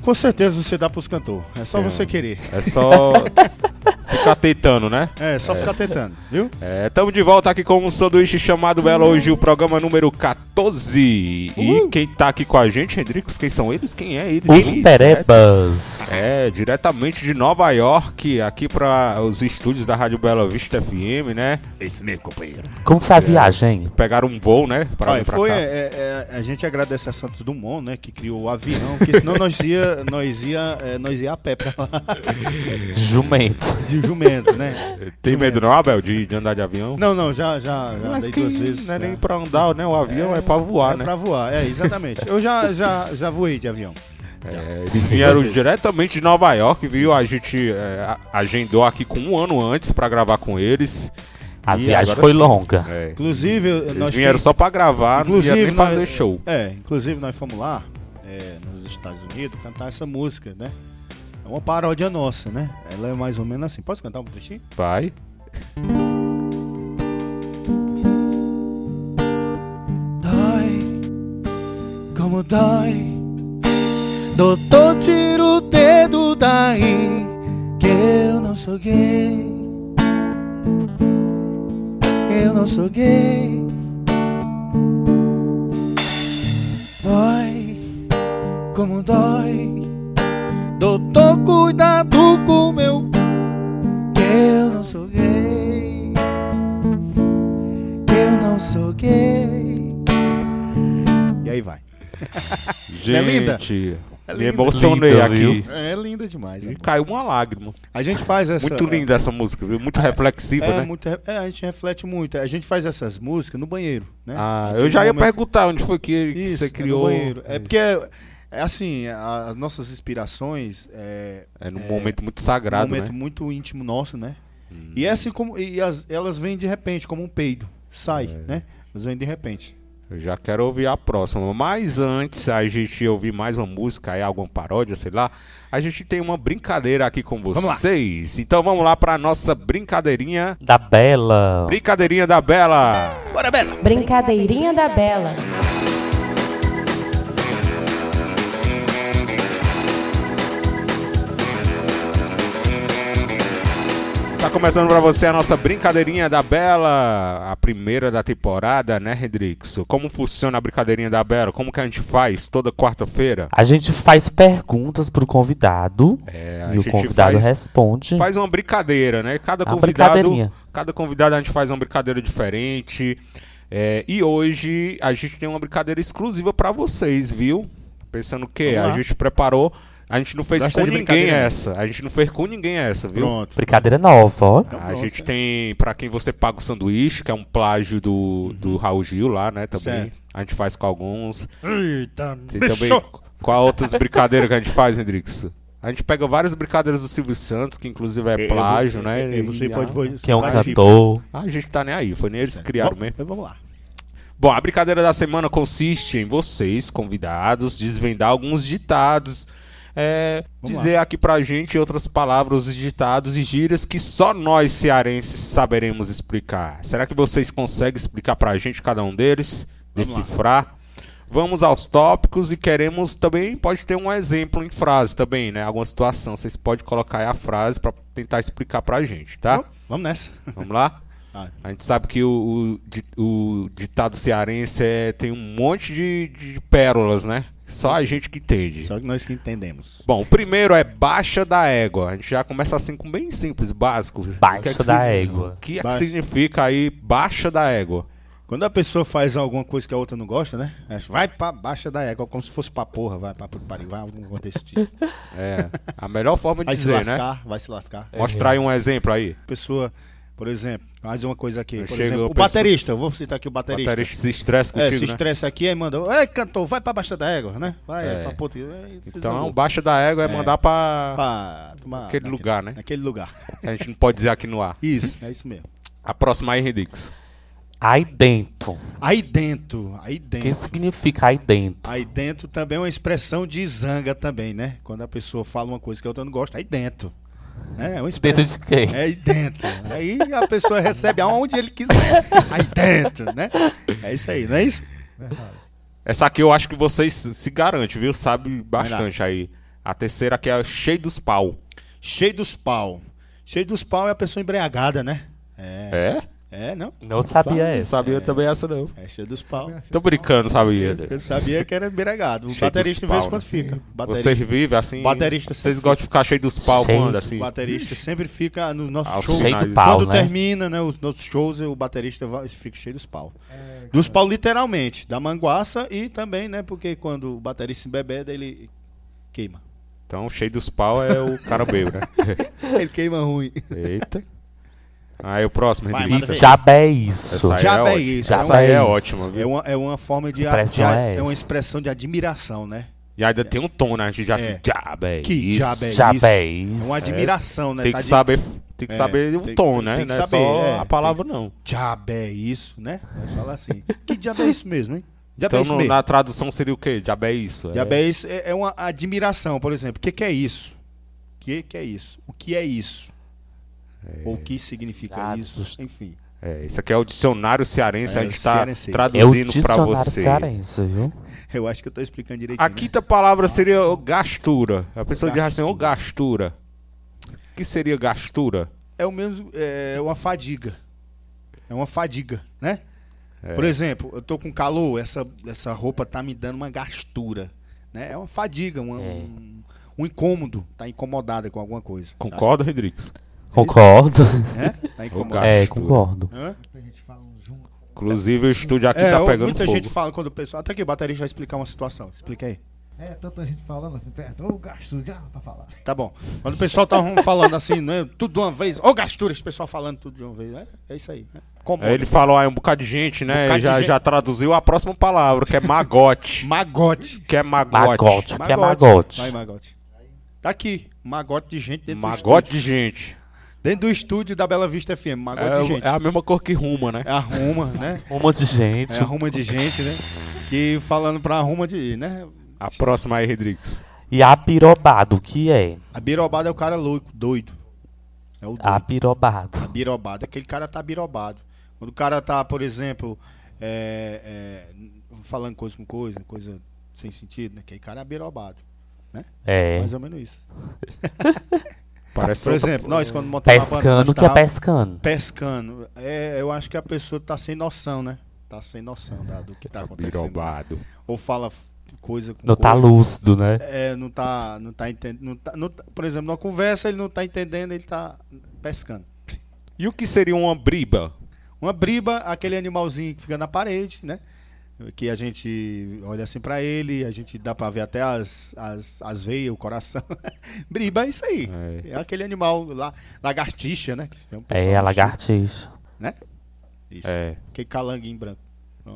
Com certeza você dá pros cantores. É só É. você querer. É só ficar tentando, né? É, só ficar tentando, viu? É, tamo de volta aqui com um sanduíche chamado Bela hoje, o programa número 14. E quem tá aqui com a gente, Hendrix, quem são eles? Quem é eles? Os Quem Perebas. É, diretamente de Nova York, aqui para os estúdios da Rádio Bela Vista FM, né? Como foi a viagem? Pegaram um voo, né? Pra Olha, vir pra foi, cá. é, é, a gente agradece a Santos Dumont, né? Que criou o avião, que senão nós ia, nós ia, é, nós ia a pé pra lá Jumento. de jumento, né? Tem medo não, Abel, de, de andar de avião? Não, não, já, já, já Mas dei que duas vezes. não é já. nem pra andar, né? O avião é, pra voar, é né? pra voar, é, exatamente. Eu já, já, já voei de avião. É, eles vieram Vocês. diretamente de Nova York, viu? A gente é, a- agendou aqui com um ano antes pra gravar com eles. A E viagem agora foi sim. longa. É. Inclusive, eu- Eles nós vieram tem- só um. pra gravar, não ia Inclusive, nem fazer nós- show. É, inclusive nós fomos lá, é, nos Estados Unidos, cantar essa música, né? É uma paródia nossa, né? Ela é mais ou menos assim. Posso cantar um trechinho? Vai. Dói, como dói. Doutor, tira o dedo daí, que eu não sou gay. Eu não sou gay. Dói, como dói. Doutor, cuidado com meu. cu, Que eu não sou gay. Que eu não sou gay. E aí vai. Gente, É linda? é me linda. emocionei Linda, aqui. É, é linda demais. E né? caiu uma lágrima. A gente faz essa. Muito linda essa música, viu? Muito reflexiva, É, né? muito, re- é, a gente reflete muito. A gente faz essas músicas no banheiro, né? Ah, Aquele eu já ia momento- perguntar onde foi que, que Isso, você é no criou. banheiro. É porque, é, é assim, a- as nossas inspirações é É num é, momento muito um sagrado, momento né? Hum. muito íntimo nosso, né? E é assim como. E as- elas vêm de repente, como um peido. Sai, É. né? Elas vêm de repente. Eu já quero ouvir a próxima. Mas antes, a gente ouvir mais uma música aí, alguma paródia, sei lá. A gente tem uma brincadeira aqui com vocês. Então vamos lá pra nossa brincadeirinha. Da Bela. Brincadeirinha da Bela. Brincadeirinha da Bela. Tá começando pra você a nossa brincadeirinha da Bela, a primeira da temporada, né, Hendrix? Como funciona a brincadeirinha da Bela? Como que a gente faz toda quarta-feira? A gente faz perguntas pro convidado É, a e o gente convidado faz- responde. Faz uma brincadeira, né? Cada Uma convidado, brincadeirinha. cada convidado a gente faz uma brincadeira diferente. É, e hoje a gente tem uma brincadeira exclusiva pra vocês, viu? Pensando o quê? Vamos A lá. gente preparou, a gente não fez Gosta com de ninguém brincadeira, né? essa. A gente não fez com ninguém essa, viu? Pronto. Brincadeira nova, ó. Então a pronto, gente é. tem pra quem você paga o sanduíche, que é um plágio do, do Raul Gil lá, né? Também. Uhum. Certo. A gente faz com alguns. Eita, Tem também. Qual outras brincadeiras que a gente faz, Hendrix? A gente pega várias brincadeiras do Silvio Santos, que inclusive é plágio, né? E você E, pode. ah, pode- Que é um participa. cantor. a gente tá nem aí, foi nem eles que criaram Bom, mesmo. então Vamos lá. Bom, a brincadeira da semana consiste em vocês, convidados, desvendar alguns ditados. é, Vamos dizer aqui pra gente outras palavras, os ditados e gírias que só nós cearenses saberemos explicar. Será que vocês conseguem explicar pra gente cada um deles? Vamos lá. decifrar? Vamos aos tópicos e queremos também, pode ter um exemplo em frase também, né? Alguma situação, vocês podem colocar aí a frase pra tentar explicar pra gente, tá? Vamos- Vamos nessa. Vamos lá? Vai. A gente sabe que o, o di- o ditado cearense é- tem um monte de, de pérolas, né? Só a gente que entende. Só que nós que entendemos. Bom, o primeiro é baixa da égua. A gente já começa assim com bem simples, básico. O é Baixa signi- da égua. O que é que Baixa. significa aí baixa da égua? Quando a pessoa faz alguma coisa que a outra não gosta, né? Acho, Vai pra baixa da égua, como se fosse pra porra, vai pra puto pariu, vai algum contexto. É, a melhor forma de Vai se dizer, né? lascar, vai se lascar. Mostra aí um exemplo aí. A pessoa, por exemplo, faz uma coisa aqui. Eu Por chego, exemplo, eu o penso- baterista, eu vou citar aqui o O baterista. baterista se estressa É, contigo, se né? estressa aqui, aí manda, ei, cantor, vai pra baixa da égua, né? Vai É. pra puta. é, se Então, zangou. baixa da égua é, É. mandar pra... pra tomar- Aquele lugar, né? Naquele lugar. A gente não pode dizer aqui no ar. Isso, é isso mesmo. A próxima aí, Redix. Aí dentro. Aí dentro, aí O dentro. que significa aí dentro? Aí dentro também é uma expressão de zanga também, né? Quando a pessoa fala uma coisa que a outra não gosta, aí dentro. né? É uma Dentro expressão. de quem? É aí dentro. Aí a pessoa recebe aonde ele quiser. Aí dentro, né? É isso aí, não é isso? Essa aqui eu acho que vocês se garantem, viu? Sabe lá. bastante aí. A terceira aqui é cheio dos pau. Cheio dos pau. Cheio dos pau é a pessoa embriagada, né? É. É? É, não? Não sabia Sabe- essa. Sabia também essa não. É cheio dos pau. Tô brincando, sabia? Eu sabia que era embriagado. O Cheio baterista, dos de vez pau, né? em quando, fica. Baterista, Vocês vivem assim. Baterista Vocês sempre- gostam de ficar cheio dos pau Sempre. quando assim. baterista sempre fica no nosso Aos show. Cheio Sinais. do pau, Quando né? termina, né, os nossos shows, o baterista vai- fica cheio dos pau. dos pau literalmente, da manguaça e também, né, porque quando o baterista se embebeda, ele queima. Então, cheio dos pau é o cara bêbado, né? Ele queima ruim. Eita. Aí o próximo, Vai, Henrique. manda Jabé é isso. né? Essa aí Jaba é é isso, ótima. Essa jaba aí é é isso. ótima, É viu? uma, é uma forma de, Expressão de- é essa. uma expressão de admiração, né? E ainda tem um tom, né? A gente já assim, É. diabo é Que isso. diabo é isso? Jabé é É isso. uma admiração, né? Tem Tá que de- saber, tem que É, saber o tem- tom, tem- né? tem que não é só saber, é, a palavra, não. Diabo é isso, né? Nós fala assim. que diabo é isso mesmo, hein? Diabo é Então, isso no- mesmo. na tradução seria o quê? Diabo é isso. Diabo é isso, é, é uma admiração, por exemplo. O que, que é isso? O que, que é isso? O que é isso? Ou o que significa Dados. isso? Enfim. É, isso aqui é o dicionário cearense, É, a gente está cearense. É o traduzindo para dicionário você. cearense, né? viu? Eu acho que eu tô explicando direitinho. né? A quinta palavra seria o gastura. A pessoa diz assim, Gastura. ô gastura. O que seria gastura? né? É o mesmo. É uma fadiga. É uma fadiga, né? Por exemplo, eu tô com calor, essa, essa roupa tá me dando uma gastura. Né? É uma fadiga, uma- um, um incômodo. Tá incomodada com alguma coisa. Concorda, Rodrigues? Concordo. Tá, né? tá incomodada. gastura. É, concordo. Hã? Muita gente fala um jun- Inclusive, o estúdio aqui é, tá ou pegando muita fogo. gente fala quando o pessoal. Até que o baterista vai explicar uma situação. Explica aí. É, tanta gente falando assim, perto, ô gasto, já pra falar. Tá bom. Quando o pessoal tá falando assim, né, tudo de uma vez. Ô, gastura, esse pessoal falando tudo de uma vez. É, é isso aí. Né? Como? Aí ele falou aí um bocado de gente, né? bocado de já, gente. já traduziu a próxima palavra, que é magote. Magote. que é magote. Magote. O que Vai, é magote? magote. Tá aqui. Magote de gente dentro Magote do estúdio. de gente. Dentro do estúdio da Bela Vista FM. Magote É, de gente. é a mesma cor que ruma, né? Arruma, né? Um monte de gente. É arruma de gente, né? Que falando pra arruma de, né? A próxima aí, Rodrigues. E apirobado, o que é? A birobada é o cara louco, doido. É o doido. Ah. Apirobado. Birobado. Aquele cara tá birobado. Quando o cara tá, por exemplo, é, é, falando coisa com coisa, coisa sem sentido, né? Aquele cara é birobado. É. Mais ou menos isso. Parece Por outra- exemplo, nós quando montamos a banda, Pescando, nós o que é tava- pescando? pescando. É, eu acho que a pessoa tá sem noção, né? Tá sem noção da- do que tá acontecendo. Birobado. Ou fala f- coisa com Não tá coisa. lúcido, né? É, não tá, não tá entendendo. não tá- não tá- por exemplo, numa conversa ele não tá entendendo, ele tá pescando. E o que seria uma briba? Uma briba, aquele animalzinho que fica na parede, né? Que a gente olha assim pra ele, a gente dá pra ver até as, as, as veias, o coração. briba é isso aí. É, aquele animal lá, lagartixa, né? um pessoal É, a no sul. lagartixa. Isso. É. Aquele calanguinho branco.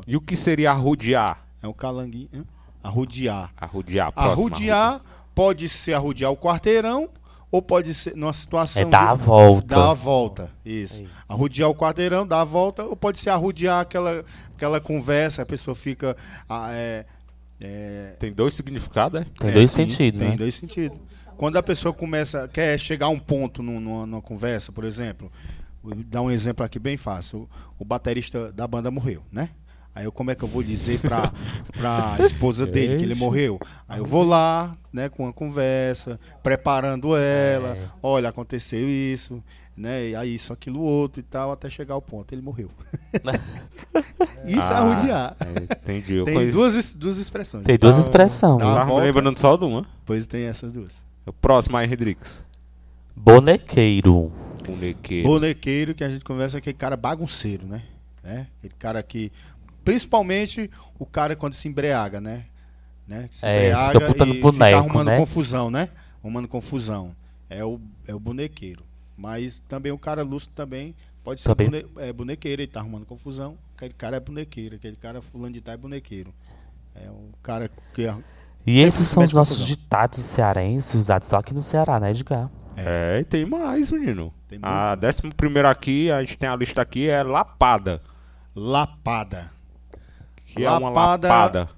E o que seria arrodear? É um calanguinho. hã? Arrodear. Arrodear, próxima. Arrodear pode ser arrodear o quarteirão ou pode ser numa situação. É dar a de- Dar a volta. volta. Isso. Arrodear o quarteirão, dar a volta, ou pode ser arrodear aquela, aquela conversa, a pessoa fica. ah, é, é, Tem dois significados, né? Tem é, dois sim, sentidos, Tem né? dois sentidos. Quando a pessoa começa, quer chegar a um ponto num- numa, numa conversa, por exemplo, vou dar um exemplo aqui bem fácil. O, o baterista da banda morreu, né? Aí eu, como é que eu vou dizer pra, pra esposa dele que ele morreu? Aí eu vou lá, né, com uma conversa, preparando ela, É. olha, aconteceu isso, né? E aí isso, aquilo, outro e tal, até chegar ao ponto, ele morreu. isso é Ah, arrodear. é, entendi. Eu Tem conhe- duas, es- duas expressões. Tem duas Dá- expressões. Eu dá- tava me volta. lembrando só de uma. Pois tem essas duas. O próximo aí, Rodrigues. Bonequeiro. Bonequeiro. bonequeiro que a gente conversa é aquele cara bagunceiro, né? né? Aquele cara que. Principalmente o cara quando se embriaga, né? né? Que Se É, fica botando e boneco, arrumando né? confusão, né? Arrumando confusão. É o, é o bonequeiro. Mas também o cara lúcido também pode ser Também. bone- é, bonequeiro, ele tá arrumando confusão. Aquele cara é bonequeiro, aquele cara fulano de tal é bonequeiro. É o cara que. ar- E esses são os mete nossos confusão. ditados cearenses, usados só aqui no Ceará, né, Edgar? É, e tem mais, menino. Tem a décima primeira aqui, a gente tem a lista aqui, é lapada. Lapada. Que é uma Lapada lapada.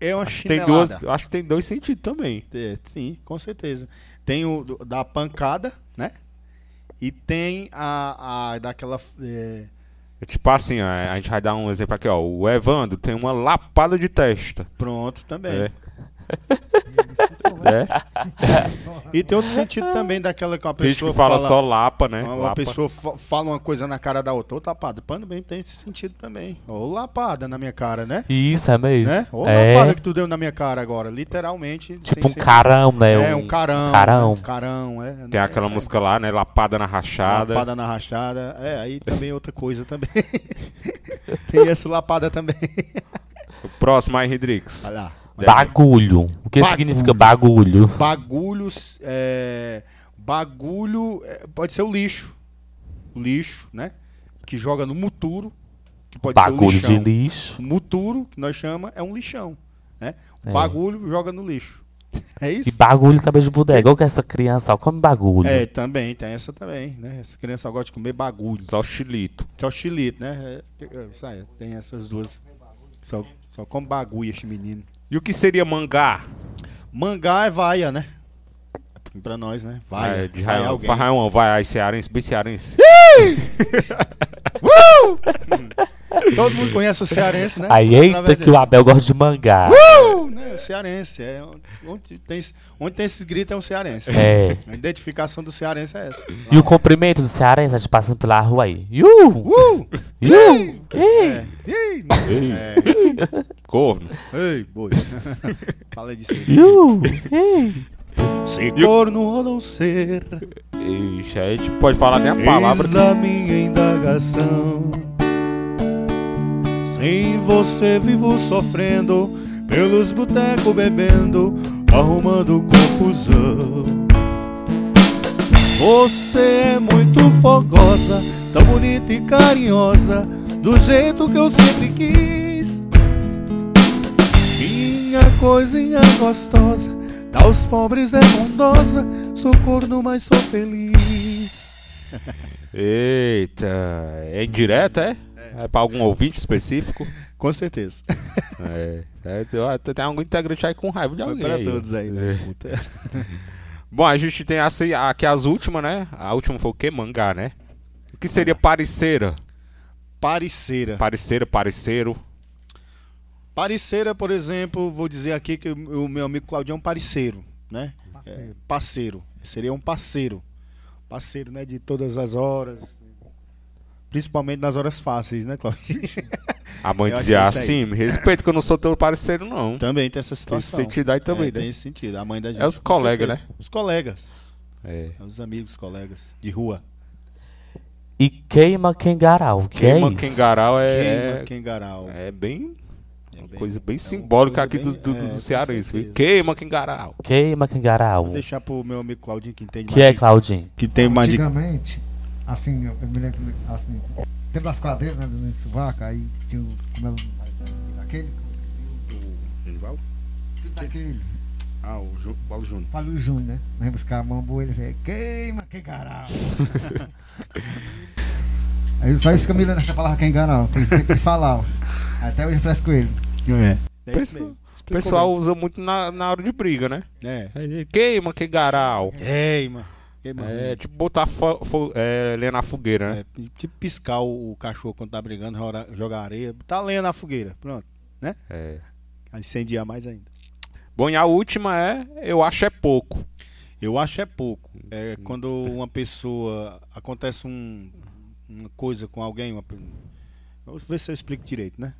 É uma Tem chinelada. duas, acho que tem dois sentidos também. É, sim, com certeza. Tem o do- da pancada, né? E tem a, a daquela. é, É tipo assim, ó, a gente vai dar um exemplo aqui, ó. O Evandro tem uma lapada de testa. pronto também. É. E tem outro sentido também daquela que uma Tem gente pessoa que fala, fala só lapa, né? Uma, uma Lapa. pessoa fa- fala uma coisa na cara da outra, ô tapado, pano bem tem esse sentido também. Ô lapada na minha cara, né? Isso, é mesmo. né? Ô é, lapada que tu deu na minha cara agora, literalmente. tipo um sem ser- carão, né? É, um carão. carão. né? Carão, é. Tem É, aquela isso aí. música lá, né? Lapada na rachada. Lapada na rachada. É, aí também é outra coisa também. tem essa lapada também. O próximo aí, Rodrigues. Olha lá. Bagulho. O que Bagulho. significa bagulho? Bagulhos. É, bagulho é, pode ser o lixo. O lixo, né? Que joga no muturo. Que pode Bagulho ser o de lixão. lixo. O muturo, que nós chama, é um lixão. Né? É. Bagulho joga no lixo. É E isso? bagulho de cabeça de bodega. Igual que essa criança, ó, come bagulho. É, também, tem essa também, né? As crianças gostam de comer bagulho. Só o Chilito. Só xilito, né? É, é, isso aí, tem essas duas. Só, só come bagulho este menino. E o que seria mangá? Mangá é vaia, né? Pra nós, né? Vaia. É, de Vaia Raião. alguém. Vai, Raião, vai, aí, cearense, bem cearense. Todo mundo conhece o cearense, né? Aí, Através eita, que dele. o Abel gosta de mangá. Não, né? O cearense. É, onde, tem, esse- onde tem esses gritos é um cearense. É. A identificação do cearense é essa. E o cumprimento do cearense, a gente passando pela rua aí. Iu! Uh! Iu! É. Ih, não. Ei, É. corno. Ei, boi. Fala disso aí. Iu! Ei! Ser corno ou não ser, Ixi, aí a gente pode falar nem a palavra. eis a minha indagação. Sem você vivo sofrendo, pelos botecos bebendo, arrumando confusão. Você é muito fogosa, tão bonita e carinhosa, do jeito que eu sempre quis. Minha coisinha gostosa, dá aos pobres é bondosa, sou corno, mas sou feliz. Eita, é indireta, é? É pra algum ouvinte específico? Com certeza. É, é, tem- ó, tem algum integrante aí com raiva de Foi alguém pra aí, É. ó. todos aí, né? Escuta. Bom, a gente tem essa, aí- aqui as últimas, né? A última foi o quê? Mangá, né? O que seria pareceira? Pareceira. Pareceira, pareceiro. Pareceira, por exemplo, vou dizer aqui que o meu amigo Claudio é um parceiro, né? É, parceiro. Seria um parceiro. Parceiro, né? De todas as horas. Principalmente nas horas fáceis, né, Claudio? A mãe Eu acho dizia que é isso aí. assim, me respeita que eu não sou teu parceiro, não. Também tem essa situação. Tem esse sentido aí também, É, né? Tem esse sentido. A mãe da gente. os né? com colegas, certeza. Os colegas. É. É Os amigos, colegas. De rua. E queima Kengarau, que Queima é isso? Kengarau Queima, é, Kengarau. é bem É uma bem- coisa bem é um- coisa simbólica aqui bem- do, do, é, do com Cearense. viu? certeza. Queima Kengarau. Queima Kengarau. Vou deixar pro meu amigo Claudinho que entende Que mais é, de- Claudinho? Que tem mais de... Antigamente, assim, eu eu me lembro, assim, lembra das quadrilhas, né, do Suvaca, aí tinha o, como é o nome daquele, como eu esqueci, Genival? o daquele, Ah, o Ju... Paulo Júnior. Palio Júnior, né? Nós ia buscar a mambo, eles aí, assim, queima, que garal. aí só isso que eu me lembro dessa palavra que é engaral, que eles sempre falavam. Até hoje eu fresco ele. É isso Pessoal- mesmo. O pessoal usa muito na, na hora de briga, né? É. Aí, Queima Kengarau. Queima. É, Queima. É tipo botar fo- fo- é, lenha na fogueira, né? É, pi- tipo piscar o o cachorro quando tá brigando, jora- jogar areia, tá lenha na fogueira, pronto. né? É. Aí Incendiar mais ainda. Bom, e a última é Eu Acho É Pouco. Eu acho é pouco. É quando uma pessoa. Acontece um- uma coisa com alguém. Uma, pe- vamos ver se eu explico direito, né?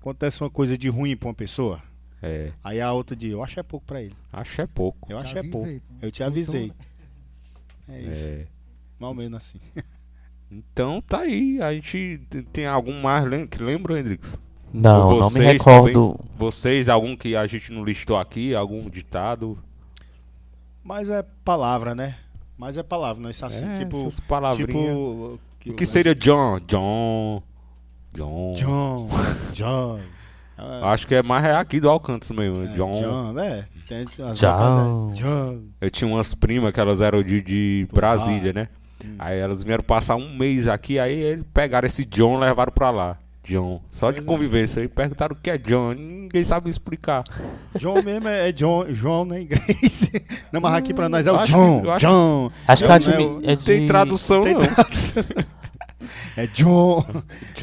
Acontece uma coisa de ruim pra uma pessoa. É, Aí a outra diz, eu acho é pouco pra ele. acho é pouco. Eu Te acho é avisei, pouco. pô. Eu te avisei. É isso. É. Mais ou menos assim. Então tá aí. A gente te- tem algum mais lem- que lembra, Hendrix? Não, Ou não me vocês recordo. Vocês, algum que a gente não listou aqui, algum ditado? Mas é palavra, né? Mas é palavra, não é isso assim, É, tipo. essas palavrinhas. Tipo. o que seria John? John. John. John. John. Ah, Acho que é mais é aqui do Alcântara mesmo. né? é, John. John, é. Tem as John. vocais, né? John. Eu tinha umas primas que elas eram de, de Brasília, né? Hum. Aí elas vieram passar um mês aqui, aí eles pegaram esse John e levaram pra lá. John. Só é. de convivência. Aí perguntaram o que é John. Ninguém sabe explicar. John mesmo é, é John, John na inglês. Não, mas aqui pra nós é Eu o acho John. que- eu acho- John. Acho que Eu- é de- eu- Não é tem de- tradução, um- Tem não. tradução. É John.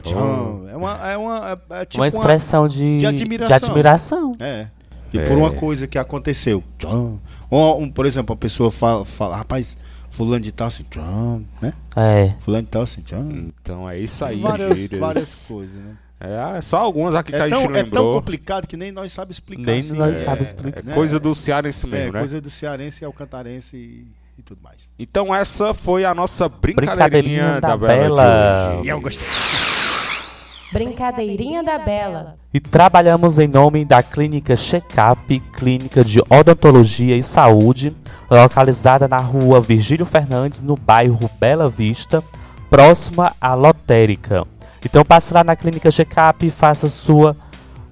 John. É uma. É, uma, é, é tipo uma expressão de, de admiração. admiração. de admiração. É. E É. por uma coisa que aconteceu. John. Ou, um, por exemplo, a pessoa fala, fala, rapaz, fulano de tal assim, John, né? É. Fulano de tal assim, John. Então é isso aí, várias, gírias. várias coisas, né? É, só algumas aqui que É a gente tão, é tão lembrou. complicado que nem nós sabe explicar. Nem assim, nós é, sabe explicar. É coisa do Cearense É, mesmo, né? coisa do cearense, alcantarense e, e tudo mais. Então essa foi a nossa brincadeirinha, Brincadeirinha da, da Bela, Bela. de hoje. E eu gostei. Brincadeirinha da Bela. E trabalhamos em nome da Clínica Checkup, Clínica de Odontologia e Saúde, localizada na rua Virgílio Fernandes, no bairro Bela Vista, próxima à lotérica. Então passe lá na Clínica Checkup e faça sua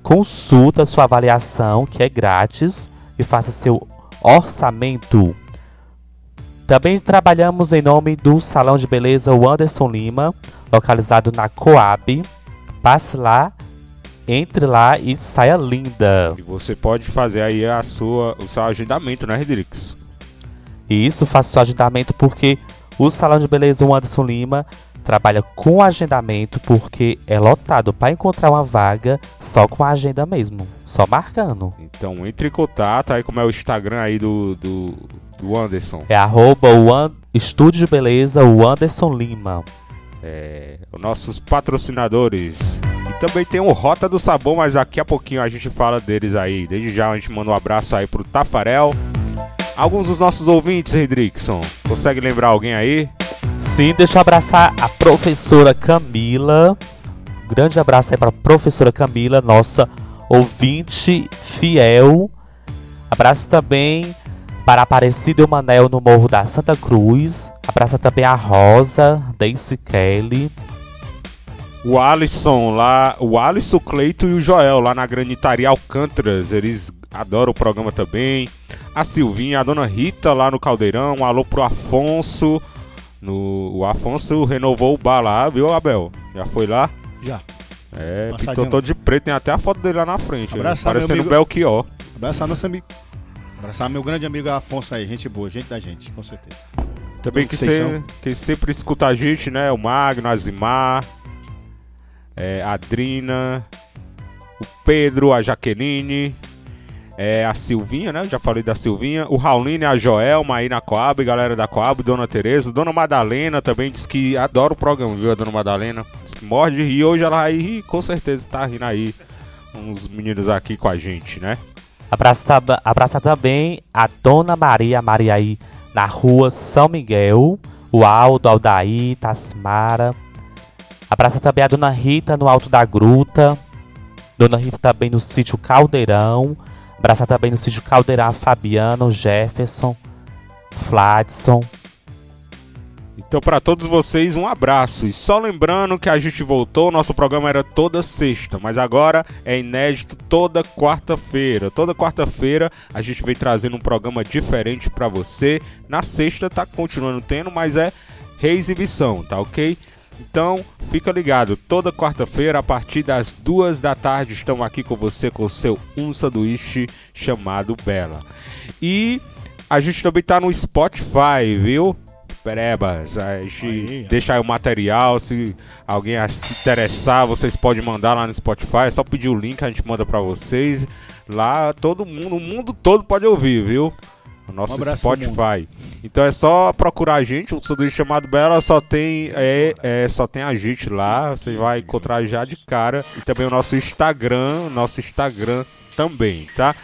consulta, sua avaliação, que é grátis, e faça seu orçamento. Também trabalhamos em nome do Salão de Beleza Anderson Lima, localizado na Coab. Passe lá entre lá e saia linda. E você pode fazer aí a sua, o seu agendamento, né, Redrix? E isso faça seu agendamento porque o Salão de Beleza do Anderson Lima trabalha com agendamento porque é lotado para encontrar uma vaga só com a agenda mesmo, só marcando. Então entre em contato aí como é o Instagram aí do, do, do Anderson. É arroba o An- Estúdio de Beleza, o Anderson Lima. É, os nossos patrocinadores. E também tem o Rota do Sabor, mas daqui a pouquinho a gente fala deles aí. Desde já a gente manda um abraço aí pro Tafarel. Alguns dos nossos ouvintes, Redrickson. Consegue lembrar alguém aí? Sim, deixa eu abraçar a professora Camila, grande abraço aí para professora Camila, nossa ouvinte fiel. Abraço também para Aparecido e o Manel no Morro da Santa Cruz. Abraço também a Rosa, Daisy Kelly. O Alisson lá, o Alisson, o Cleito e o Joel lá na Granitaria Alcântaras, eles adoram o programa também. A Silvinha, a Dona Rita lá no Caldeirão, um alô pro Afonso. No, o Afonso renovou o bar lá, viu, Abel? Já foi lá? Já. É, Passadinho. pintou todo de preto, tem até a foto dele lá na frente. né? Abraçar meu Parecendo o amigo- Belchior. Abraçar nosso amigo. Abraçar meu grande amigo Afonso aí, gente boa, gente da gente, com certeza. Também Dom que, Conceição. se- que sempre escuta a gente, né? O Magno, a Zimar, é, a Adrina, o Pedro, a Jaqueline, é, a Silvinha, né? Eu já falei da Silvinha. O Raulino, a Joelma aí na Coab, galera da Coab, Dona Tereza. Dona Madalena também diz que adora o programa, viu? A Dona Madalena diz que morde de rir. Hoje ela vai rir, com certeza tá rindo aí. Uns meninos aqui com a gente, né? Abraço, tab- abraçar também a Dona Maria, a Maria aí na rua São Miguel, o Aldo, Aldaí, Tasmara. Abraça também a Dona Rita no Alto da Gruta. Dona Rita também no sítio Caldeirão. Abraçar também no sítio Caldeirão a Fabiana, o Jefferson, Fladson. Então, para todos vocês, um abraço. E só lembrando que a gente voltou, nosso programa era toda sexta, mas agora é inédito toda quarta-feira. Toda quarta-feira a gente vem trazendo um programa diferente para você. Na sexta tá continuando tendo, mas é reexibição, tá ok? Então, fica ligado. Toda quarta-feira, a partir das duas da tarde, estamos aqui com você com o seu Um Sanduíche chamado Bela. E a gente também tá no Spotify, viu? Perebas, a gente Aí, ó. deixa aí o material, se alguém a- se interessar, vocês podem mandar lá no Spotify, é só pedir o link, a gente manda pra vocês. Lá todo mundo, o mundo todo pode ouvir, viu? O Um nosso abraço pro mundo. Spotify. Então é só procurar a gente, um sanduíche chamado Bela só tem é, é, só tem a gente lá, você vai encontrar já de cara e também o nosso Instagram, nosso Instagram também, tá?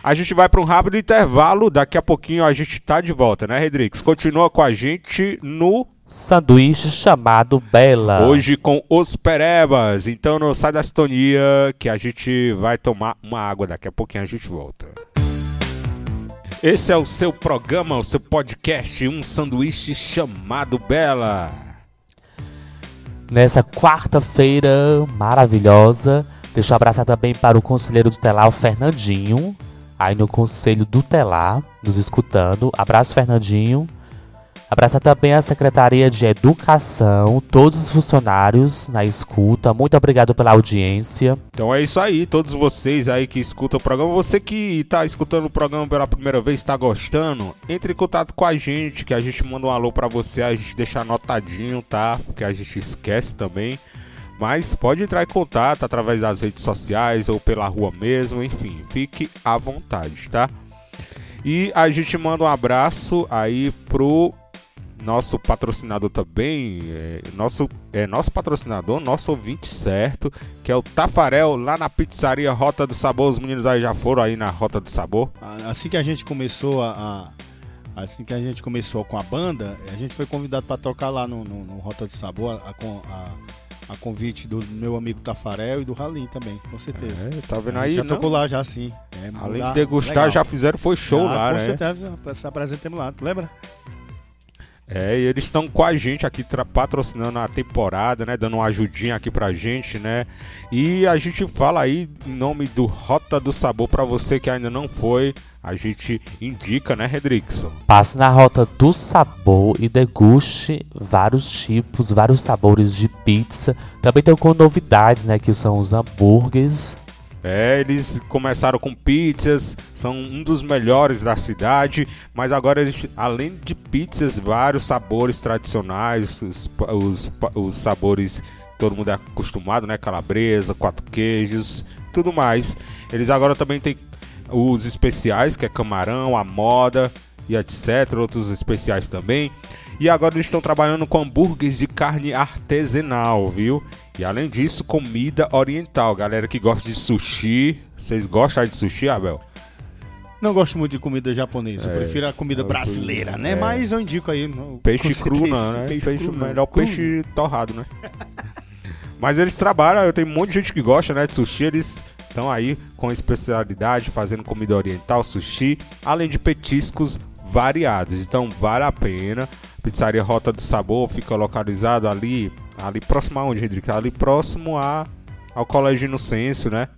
A gente vai para um rápido intervalo, daqui a pouquinho a gente tá de volta, né, Redrix? Continua com a gente no Sanduíche chamado Bela. Hoje com os Perebas. Então não sai da sintonia que a gente vai tomar uma água. Daqui a pouquinho a gente volta. Esse é o seu programa, o seu podcast, um sanduíche chamado Bela. Nessa quarta-feira maravilhosa, deixa eu abraçar também para o conselheiro tutelar, o Fernandinho, aí no Conselho Tutelar, nos escutando. Abraço, Fernandinho. Abraçar também a Secretaria de Educação, todos os funcionários na escuta. Muito obrigado pela audiência. Então é isso aí, todos vocês aí que escutam o programa, você que tá escutando o programa pela primeira vez, tá gostando, entre em contato com a gente, que a gente manda um alô pra você, a gente deixa anotadinho, tá? Porque a gente esquece também. Mas pode entrar em contato através das redes sociais ou pela rua mesmo, enfim, fique à vontade, tá? E a gente manda um abraço aí pro nosso patrocinador também, é, nosso, é nosso patrocinador, nosso ouvinte certo, que é o Tafarel, lá na pizzaria Rota do Sabor. Os meninos aí já foram aí na Rota do Sabor. A- Assim que a gente começou a, a- assim que a gente começou com a banda, a gente foi convidado para tocar lá no, no- no Rota de Sabor, a, con- a- a convite do meu amigo Tafarel e do Ralim também, com certeza. É, tá vendo A gente aí? já não? Tá tocou lá já sim. É, Além lá- de degustar, legal. já fizeram foi show Ah, lá, com né? certeza, se apresentamos lá, tu lembra? É, e eles estão com a gente aqui tra- patrocinando a temporada, né? Dando uma ajudinha aqui pra gente, né? E a gente fala aí em nome do Rota do Sabor pra você que ainda não foi. A gente indica, né, Redrickson? Passe na rota do sabor e deguste vários tipos, vários sabores de pizza. Também tem com novidades, né? Que são os hambúrgueres. É, eles começaram com pizzas, são um dos melhores da cidade, mas agora eles, além de pizzas, vários sabores tradicionais, os, pa- os, pa- os sabores que todo mundo é acostumado, né? Calabresa, quatro queijos, tudo mais. Eles agora também têm os especiais, que é camarão, a moda e etc. Outros especiais também. E agora eles estão trabalhando com hambúrgueres de carne artesanal, viu? E além disso, comida oriental. Galera que gosta de sushi. Vocês gostam de sushi, Abel? Não gosto muito de comida japonesa, eu prefiro a comida eu fui- brasileira, né? é. Mas eu indico aí. no- Peixe com cru, certeza, não, né? Peixe Peixe- cru, não. melhor Cru. peixe torrado, né? Mas eles trabalham, eu tenho um monte de gente que gosta, né, de sushi, eles estão aí com especialidade, fazendo comida oriental, sushi, além de petiscos variados. Então vale a pena. Pizzaria Rota do Sabor fica localizado ali, ali próximo aonde, Rodrigo? Ali próximo a, ao Colégio Inocêncio, né?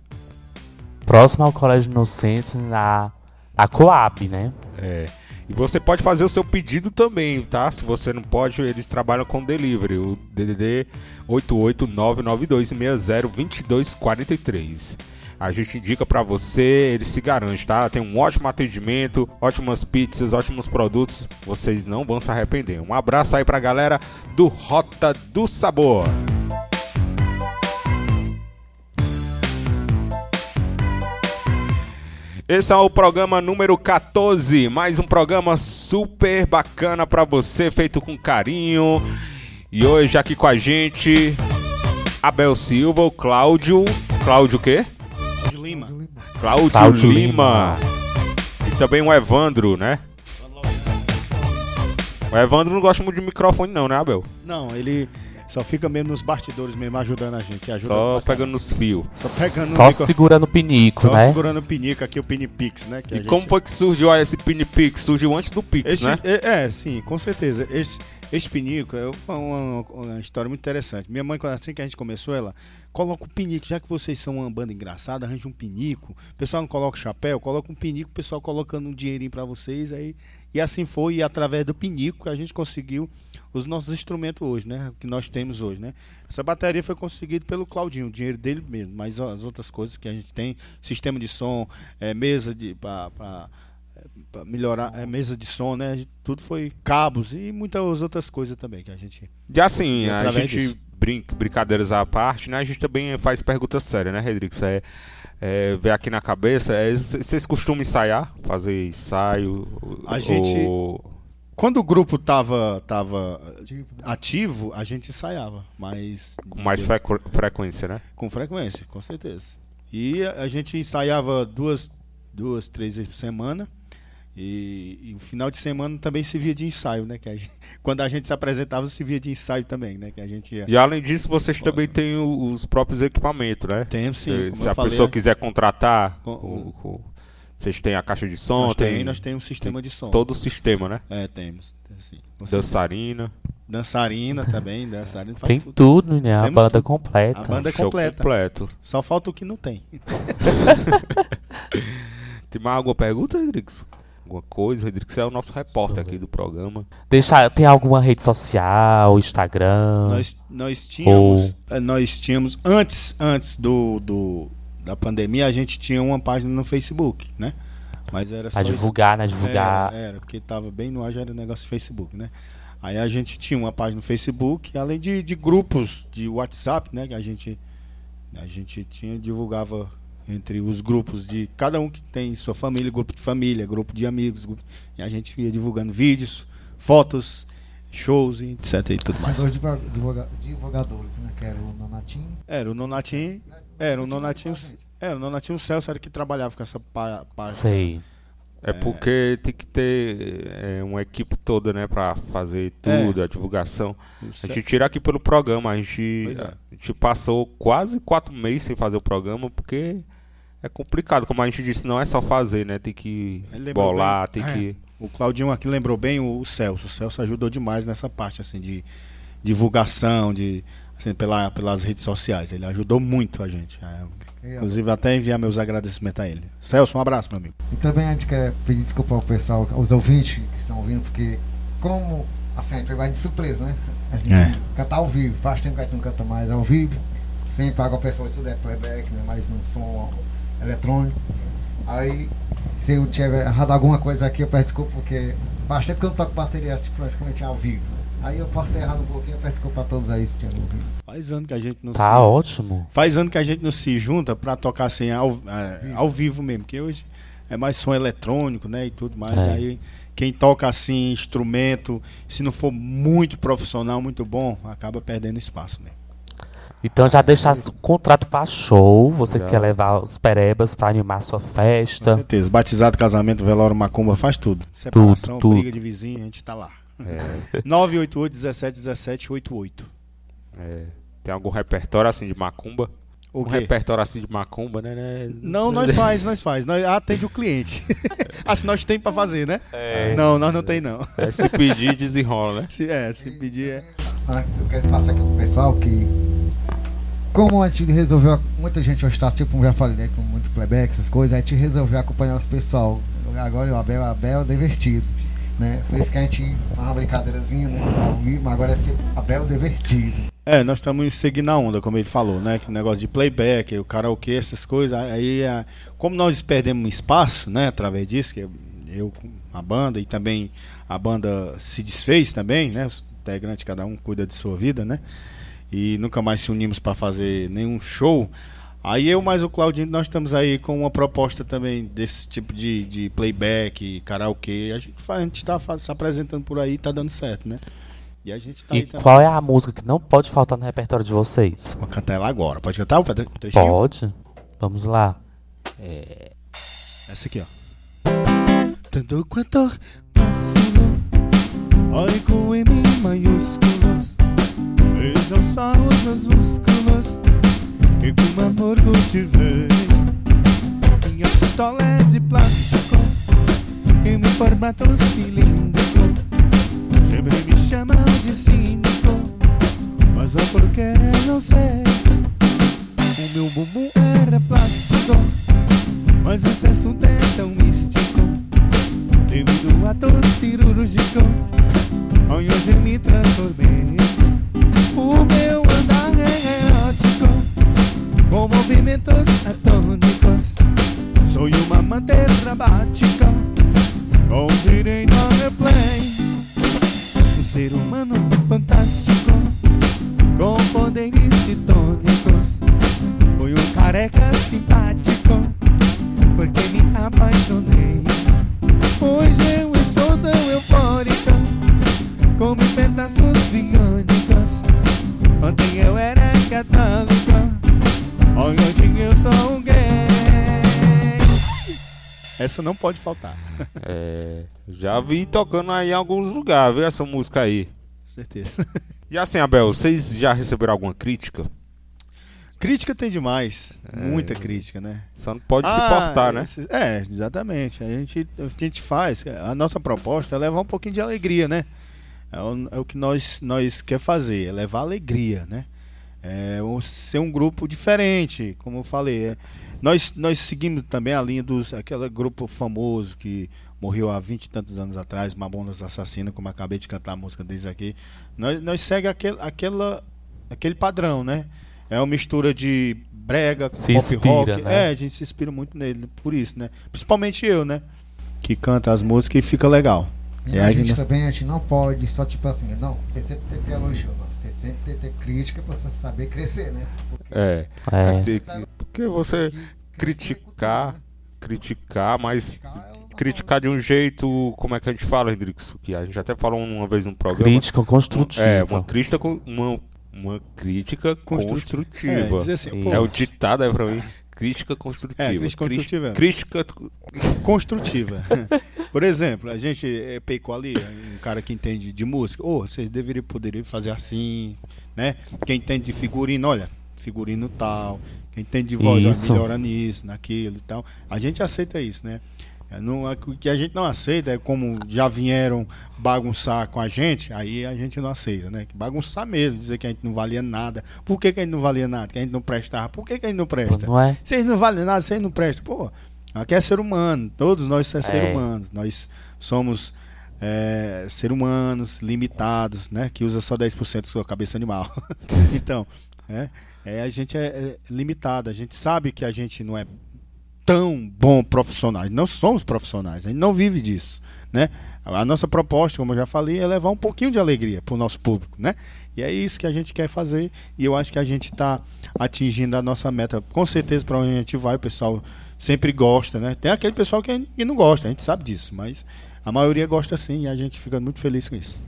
Próximo ao Colégio Inocência, na, na Coab, né? É. E você pode fazer o seu pedido também, tá? Se você não pode, eles trabalham com delivery. O DDD 88992602243. A gente indica pra você, ele se garante, tá? Tem um ótimo atendimento, ótimas pizzas, ótimos produtos. Vocês não vão se arrepender. Um abraço aí pra galera do Rota do Sabor. Esse é o programa número 14, mais um programa super bacana pra você, feito com carinho. E hoje aqui com a gente, Abel Silva, o Cláudio. Cláudio o quê? De Lima. Cláudio, Cláudio Lima. E também o Evandro, né? O Evandro não gosta muito de microfone, não, né, Abel? Não, ele só fica mesmo nos bastidores mesmo ajudando a gente. Ajuda Só pra caramba. pegando nos fios. Só pegando o Só micro- segurando o pinico, Só né? segurando o pinico aqui, o Pinipix, né? que a E gente- como foi que surgiu esse Pinipix? Surgiu antes do Pix, Este- né? é, é, sim, com certeza. Este, este pinico é uma, uma- uma história muito interessante. Minha mãe, quando- assim que a gente começou, ela coloca o pinico, já que vocês são uma banda engraçada, arranja um pinico. O pessoal não coloca chapéu, coloca um pinico, o pessoal colocando um dinheirinho pra vocês. Aí, e assim foi, e através do pinico a gente conseguiu os nossos instrumentos hoje, né? O que nós temos hoje, né? Essa bateria foi conseguida pelo Claudinho, o dinheiro dele mesmo, mas as outras coisas que a gente tem, sistema de som, eh, mesa de para pra melhorar a mesa de som, né? A gente- Tudo foi cabos e muitas outras coisas também que a gente. E assim, Consegui a através gente disso. brinca, brincadeiras à parte, né? A gente também faz perguntas sérias, né, Redrix? É, é, ver aqui na cabeça, é, c- vocês costumam ensaiar? Fazer ensaio? A gente- ou- Quando o grupo tava, tava eh, Tipo, ativo, a gente ensaiava, mas Com mais frecu- frequência, né? com frequência, com certeza. E a a gente ensaiava duas, duas, três vezes por semana. E, e o final de semana também se via de ensaio, né? Que a gente- quando a gente se apresentava, se via de ensaio também, né? Que a gente ia. E além disso, vocês também têm o- os próprios equipamentos, né? Temos sim. Eh, como Se eu a falei, pessoa quiser contratar, Com- o- o- vocês têm a caixa de som, nós, tem, tem nós temos um sistema de som. todo o sistema, né? É, temos. temos sim, com certeza. Dançarina, Dançarina também, dançarina faz Tem tudo. tudo, né? A Temos banda tudo. completa. A banda é show completa. completo. Só falta o que não tem. Tem mais alguma pergunta, Rodrigues? Alguma coisa? Rodrigues é o nosso repórter aqui do programa. Deixar, tem alguma rede social, Instagram? Nós, nós tínhamos, eh, nós tínhamos antes, antes do, do da pandemia a gente tinha uma página no Facebook, né? Mas era só É, a divulgar, né? isso. Divulgar. Era, era, porque tava bem no ar já era negócio de Facebook, né? Aí a gente tinha uma página no Facebook, além de, de grupos de WhatsApp, né, que a gente a gente tinha divulgava entre os grupos de cada um que tem sua família, grupo de família, grupo de amigos, grupo- e a gente ia divulgando vídeos, fotos, shows e etc e tudo tinha mais. dois divulga- divulga- divulgadores, né? Que era o Nonatinho. Era o Nonatinho. Era o É, Nonatinho. Era o Nonatinho Celso era que trabalhava com essa pá- página. Sei. É porque tem que ter é, uma equipe toda, né, pra fazer É. tudo, a divulgação. O A Cel- gente tira aqui pelo programa, a gente, Pois é. a gente passou quase quatro meses sem fazer o programa, porque é complicado, como a gente disse, não é só fazer, né, tem que Ele lembrou bolar, bem. tem É. que... O Claudinho aqui lembrou bem o, o Celso. O Celso ajudou demais nessa parte assim de divulgação, de assim, pela, pelas redes sociais. Ele ajudou muito a gente. É, E, ó, inclusive até enviar meus agradecimentos a ele. Celso, um abraço, meu amigo. E também a gente quer pedir desculpa ao pessoal, aos ouvintes que estão ouvindo, porque como assim, a gente vai de surpresa, né? A gente É. cantar ao vivo, faz tempo que a gente não canta mais ao vivo, sempre água pessoal tudo é playback, né? Mas não som eletrônico. Aí se eu tiver errado alguma coisa aqui, eu peço desculpa, porque faz tempo que eu não toco bateria tipo, praticamente ao vivo. Aí eu posso ter errado um pouquinho, eu peço desculpa a todos aí se tinha ouvido. Faz ano que a gente não Tá se... ótimo. Faz ano que a gente não se junta pra tocar assim ao, é, ao vivo mesmo, que hoje é mais som eletrônico, né, e tudo mais. É. Aí quem toca assim instrumento, se não for muito profissional, muito bom, acaba perdendo espaço mesmo. Então já deixasse o contrato pra show. Você Já. quer levar os perebas pra animar sua Com festa. certeza. Batizado, casamento, velório, macumba, faz tudo. Separação, Tá. tudo. briga de vizinho, a gente tá lá. 988 17 17 88. É. Tem algum repertório assim de macumba? O um quê? repertório assim de macumba, né? né? Não, nós faz, nós faz. Nós atende o cliente. assim, nós tem pra fazer, né? Não, nós não tem, não. É, se pedir, desenrola, né? Se, é, se pedir é. Ah, Eu quero passar aqui pro pessoal que. Como a gente resolveu. Muita gente hoje tá, tipo, já falei, né, com muito playback, essas coisas, a gente resolveu acompanhar os pessoal. Agora o Abel, Abel é divertido. Né? Por isso que a gente faz uma brincadeirazinha, né? Ao vivo, mas agora é tipo Abel divertido. É, nós estamos seguindo a onda, como ele falou, né? Que negócio de playback, o karaokê, essas coisas. Aí, a- como nós perdemos espaço, né? Através disso, que eu com a banda e também a banda se desfez também, né? Os integrantes, cada um cuida de sua vida, né? E nunca mais se unimos para fazer nenhum show. Aí eu mais o Claudinho, nós estamos aí com uma proposta também desse tipo de, de playback, karaokê. A gente faz- a gente está se apresentando por aí, tá dando certo, né? E a gente tá E aí também. qual é a música que não pode faltar no repertório de vocês? Vou cantar ela agora. Pode cantar o tre- trechinho? Pode? Vamos lá. Essa aqui, ó. Tanto quanto passou Olhe com M maiúsculas Veja os sarros nas músculas E com amor cultivei Minha pistola é de plástico E meu formato cilíndrico Sempre me chamam de cínico Mas o porquê não sei O meu bumbum é era plástico Mas esse assunto é tão místico Devido a dor cirúrgico Onde hoje me transformei O meu andar é erótico Com movimentos atônicos Sou uma amante dramática Com direito ao replay Um ser humano fantástico Com poderes citônicos Fui um careca simpático Porque me apaixonei Hoje eu estou tão eufórica Como em pedaços biônicos Ontem eu era católica Hoje eu sou um gay Essa não pode faltar. É, já vi tocando aí em alguns lugares, viu? Essa música aí. Certeza. E assim, Abel, vocês já receberam alguma crítica? Crítica tem demais. Muita crítica, né? Só não pode se Ah, portar, né? esses- É, exatamente. A gente, a gente faz. A nossa proposta é levar um pouquinho de alegria, né? É o, é o que nós, nós quer fazer, é levar alegria, né? É o- ser um grupo diferente, como eu falei. é. nós, nós seguimos também a linha dos aquele grupo famoso que morreu há vinte e tantos anos atrás, Mamonas Assassina, como eu acabei de cantar a música deles aqui. Nós, nós segue aquele, aquela, aquele padrão, né? É uma mistura de brega, Se pop inspira, rock. né? É, a gente se inspira muito nele, por isso, né? Principalmente eu, né? Que canta as músicas e fica legal. E É, a a gente gente- também, a gente não pode só tipo assim, não, você sempre tem que ter elogio, não. Você sempre tem que ter crítica pra você saber crescer, né? É. É. Tem que- Porque você criticar, criticar, mas criticar de um jeito, como é que a gente fala, Hendrix? Que a gente até falou uma vez no programa. Crítica construtiva. É, uma crítica com uma, uma crítica Construtiva. É, construtiva. dizer assim, Sim. pô, É, o ditado aí pra mim. Crítica construtiva. É, crítica Cri- construtiva. Crítica. construtiva. Por exemplo, a gente é, pecou ali, um cara que entende de música, ô, vocês deveriam poderiam fazer assim, né? Quem entende de figurino, olha, figurino tal, quem entende de voz, olha, Isso. melhora nisso, naquilo e tal. A gente aceita isso, né? É, não- é que o que a gente não aceita é como já vieram bagunçar com a gente, aí a gente não aceita, né? Que Bagunçar mesmo, dizer que a gente não valia nada. Por que, que a gente não valia nada? Que a gente não prestava. Por que, que a gente não presta? Não é? Vocês não valem nada, vocês não prestam. Pô, aqui é ser humano, todos nós somos É. seres humanos. Nós somos é, ser humanos limitados, né? Que usa só 10% da sua cabeça animal. então, né? é, a gente é, é limitado, a gente sabe que a gente não é tão bom profissional. Não somos profissionais, a gente não vive disso, né? A nossa proposta, como eu já falei, é levar um pouquinho de alegria para o nosso público, né? E é isso que a gente quer fazer e eu acho que a gente está atingindo a nossa meta. Com certeza, para onde a gente vai, o pessoal sempre gosta, né? Tem aquele pessoal que que não gosta, a gente sabe disso, mas a maioria gosta sim e a gente fica muito feliz com isso.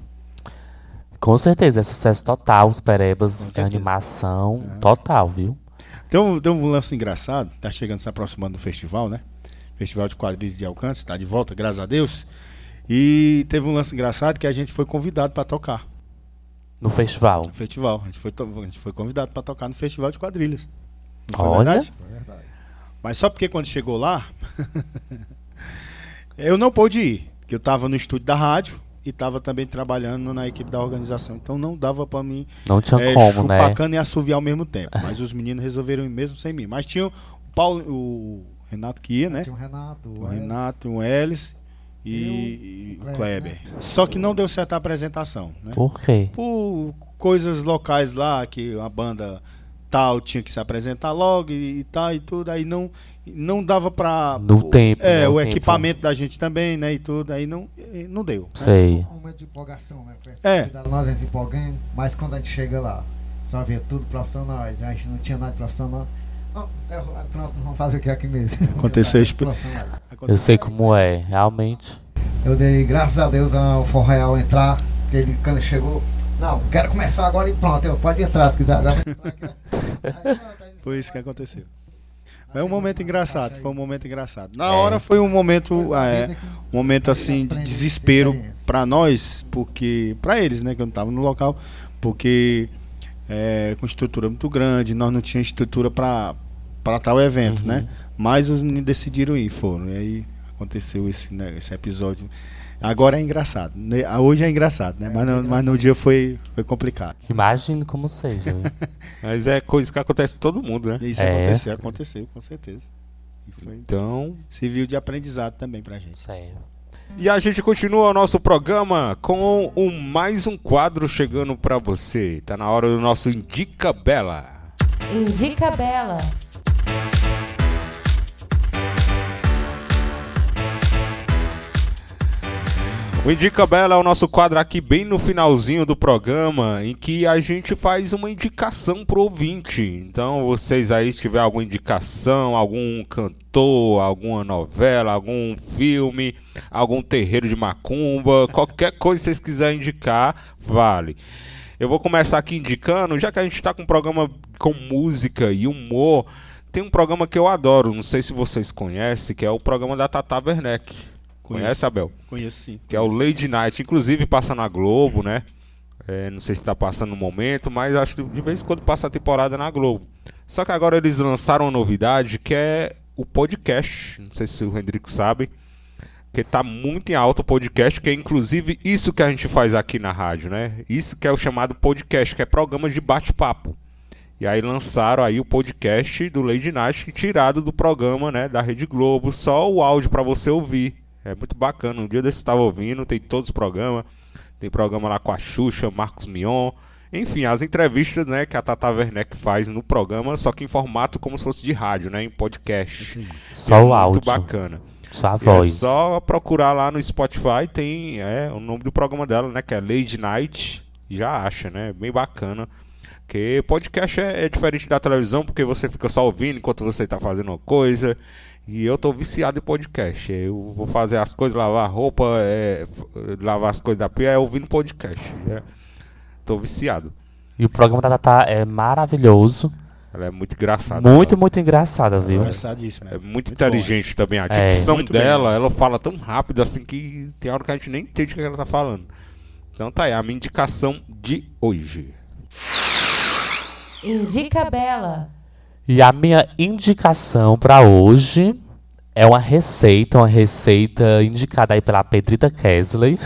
Com certeza, é sucesso total, os Perebas, é certeza. animação, É. total, viu? Tem um, tem um lance engraçado, tá chegando, se aproximando do festival, né? Festival de Quadris de Alcântara, tá de volta, graças a Deus. E teve um lance engraçado que a gente foi convidado para tocar. no festival. No festival. A gente foi, to- a gente foi convidado para tocar no festival de quadrilhas. Não foi Olha. verdade? Mas só porque quando chegou lá, eu não pude ir. Porque eu estava no estúdio da rádio e estava também trabalhando na equipe da organização. Então não dava para mim Não tinha é, como, chupar né? cana e assoviar ao mesmo tempo. Mas os meninos resolveram ir mesmo sem mim. Mas tinha o Paulo, o Renato que ia, né? Tinha o Renato. Um O Elvis. Renato, o Ellis e, E e o o Kleber. Kleber, Só que não deu certo a apresentação, né? Por quê? Por coisas locais lá, que a banda tal tinha que se apresentar logo e, e tal e tudo, aí não, não dava pra... No o- tempo, É, né? o No tempo. equipamento da gente também, né, e tudo, aí não, eh, não deu. É, né? Sei. Um momento de empolgação, né? Parece É. que dá Nós nos empolgamos, mas quando a gente chega lá, só vê tudo profissionais, né? a gente não tinha nada de profissional. Não, é, pronto, vamos fazer o que é aqui mesmo. Aconteceu isso por- Profissionais. Eu Aconteceu. sei como é, realmente. Eu dei graças a Deus ao Forró Real entrar, que ele quando ele chegou, não, quero começar agora e pronto, eu pode entrar se quiser agora. Aí, pronto, aí- Foi isso que aconteceu. Mas É um momento engraçado, foi um momento engraçado. Na É. hora foi um momento, Coisa da é, vida que- um momento assim de Aprende desespero experiência. pra nós, porque pra eles, né, que eu não tava no local, porque é, com estrutura muito grande, nós não tinha estrutura pra para tal evento, Uhum. né? Mas os meninos decidiram ir, foram. E aí aconteceu esse, né, esse episódio. Agora é engraçado. né? Ah, Hoje é engraçado, né? Mas, no, mas no dia foi, foi complicado. Imagino como seja. viu? Mas é coisa que acontece em todo mundo, né? E isso É. aconteceu, aconteceu, com certeza. E foi Então. serviu de aprendizado também pra gente. Sei. E a gente continua o nosso programa com um, mais um quadro chegando pra você. Tá na hora do nosso Indica Bela. Indica Bela. O Indica Bela é o nosso quadro aqui bem no finalzinho do programa, em que a gente faz uma indicação pro ouvinte. Então, vocês aí, se tiver alguma indicação, algum cantor, alguma novela, algum filme, algum terreiro de macumba, qualquer coisa que vocês quiserem indicar, vale. Eu vou começar aqui indicando, já que a gente tá com um programa com música e humor, tem um programa que eu adoro, não sei se vocês conhecem, que é o programa da Tata Werneck. Conhece, Conheço. Abel? Conheço sim. que é o Lady Night. Inclusive passa na Globo, né? É, não sei se tá passando no momento, mas acho que de vez em quando passa a temporada na Globo. Só que agora eles lançaram uma novidade que é o podcast. Não sei se o Hendrix sabe. Que tá muito em alta o podcast, que é inclusive isso que a gente faz aqui na rádio, né? Isso que é o chamado podcast, que é programas de bate-papo. E aí lançaram aí o podcast do Lady Night, tirado do programa, né, da Rede Globo, só o áudio pra você ouvir. É muito bacana. Um dia desse eu tava ouvindo, tem todos os programas. Tem programa lá com a Xuxa, Marcos Mion, enfim, as entrevistas, né, que a Tata Werneck faz no programa, só que em formato como se fosse de rádio, né, em podcast. Só o é Muito áudio. bacana. Só a E voz. É só procurar lá no Spotify, tem é, o nome do programa dela, né? Que é Lady Night. Já acha, né? Bem bacana. Porque podcast é, é diferente da televisão, porque você fica só ouvindo enquanto você tá fazendo uma coisa. E eu tô viciado em podcast. Eu vou fazer as coisas, lavar a roupa, é, f- lavar as coisas da pia, é ouvindo podcast. É. Tô viciado. E o programa da Tatá é maravilhoso. Ela é muito engraçada. Muito, muito engraçada, viu? Engraçadíssimo. É É. muito, inteligente também. A É. dicção Muito bem. dela, ela fala tão rápido assim que tem hora que a gente nem entende o que ela tá falando. Então tá aí, a minha indicação de hoje. Indica Bela. E a minha indicação pra hoje é uma receita, uma receita indicada aí pela Pedrita Kesley.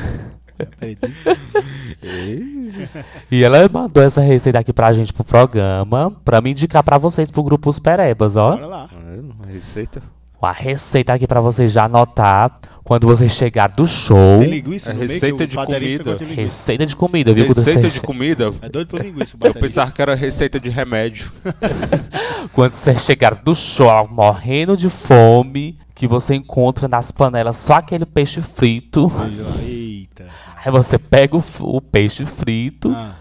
E ela mandou essa receita aqui pra gente pro programa, pra me indicar pra vocês pro grupo Os Perebas, ó. Bora lá. Ah, A receita. Uma receita aqui pra vocês já anotar quando vocês chegar do show. Tem linguiça É no meio, receita que o de baterista comida. gosta de linguiça. Receita de comida, viu? Quando Receita vocês- de comida? É doido por linguiça o Eu baterista. pensava que era receita de remédio. Quando você chegar do show morrendo de fome, que você encontra nas panelas só aquele peixe frito. Eita. Aí você pega o, f- o peixe frito Ah,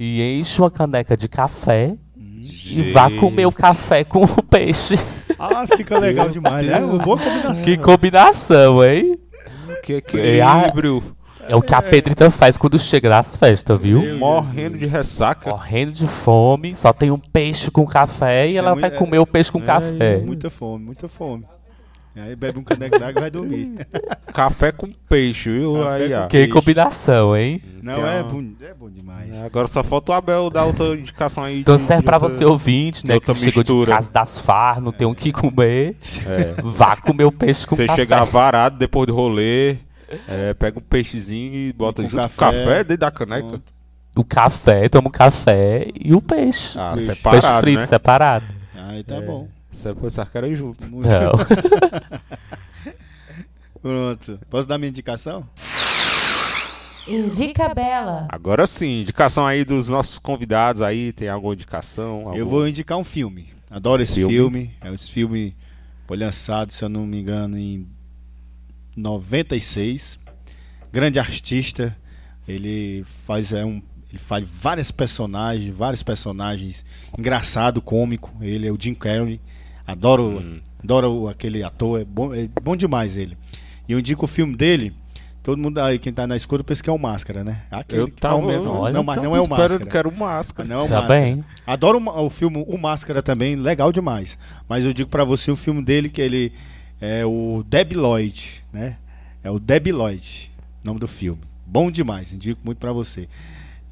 e enche uma caneca de café e vá comer o café com o peixe. Ah, fica legal demais, né? Uma boa combinação. Que combinação, hein? Que equilíbrio. É o que a Pedrita faz quando chega nas festas, viu? Morrendo de ressaca. Morrendo de fome, só tem um peixe com café e Isso é ela muito- vai é- comer o peixe com É, café. Muita fome, muita fome. Aí bebe um caneco d'água e vai dormir. Café com peixe, viu? Café Aí, com ó. Que Ixi. combinação, hein? Não, Então. é bom, é bom demais. Agora só falta o Abel dar outra indicação aí. Então de- serve de pra outra- você ouvinte, né? outra Que chegou de mistura. casa das farras, não tem o que comer. É. Vá comer o peixe com Você café. chegar varado depois do rolê, é, pega um peixezinho e bota Com junto com café. café dentro da caneca. Pronto. O café, toma o café e o peixe. Ah, Peixe. peixe separado, frito, né? separado. Aí É. tá bom. Você pode sacar aí junto. Muito Não. Pronto. Posso dar minha indicação? Indica Bela. Agora sim, indicação aí dos nossos convidados aí, tem alguma indicação? Eu Algum- vou indicar um filme. Adoro esse Filme. filme. É um filme foi lançado, se eu não me engano, em 96. Grande artista. Ele faz é um ele faz vários personagens, vários personagens engraçado, cômico. Ele é o Jim Carrey. Adoro, Hum. adoro aquele ator, é bom, é bom demais ele. E eu indico o filme dele. Todo mundo aí, quem tá na escuta, pensa que é o Máscara, né? Aquele Eu que tá tava... então mesmo. olha, não, mas tava não é o esperando, Máscara. quero um máscara. Não, é o Tá Máscara. bem. Adoro o ma- o filme O Máscara também, legal demais. Mas eu digo pra você o filme dele que ele é o Deb Lloyd, né? É o Deb Lloyd, nome do filme. Bom demais, indico muito pra você.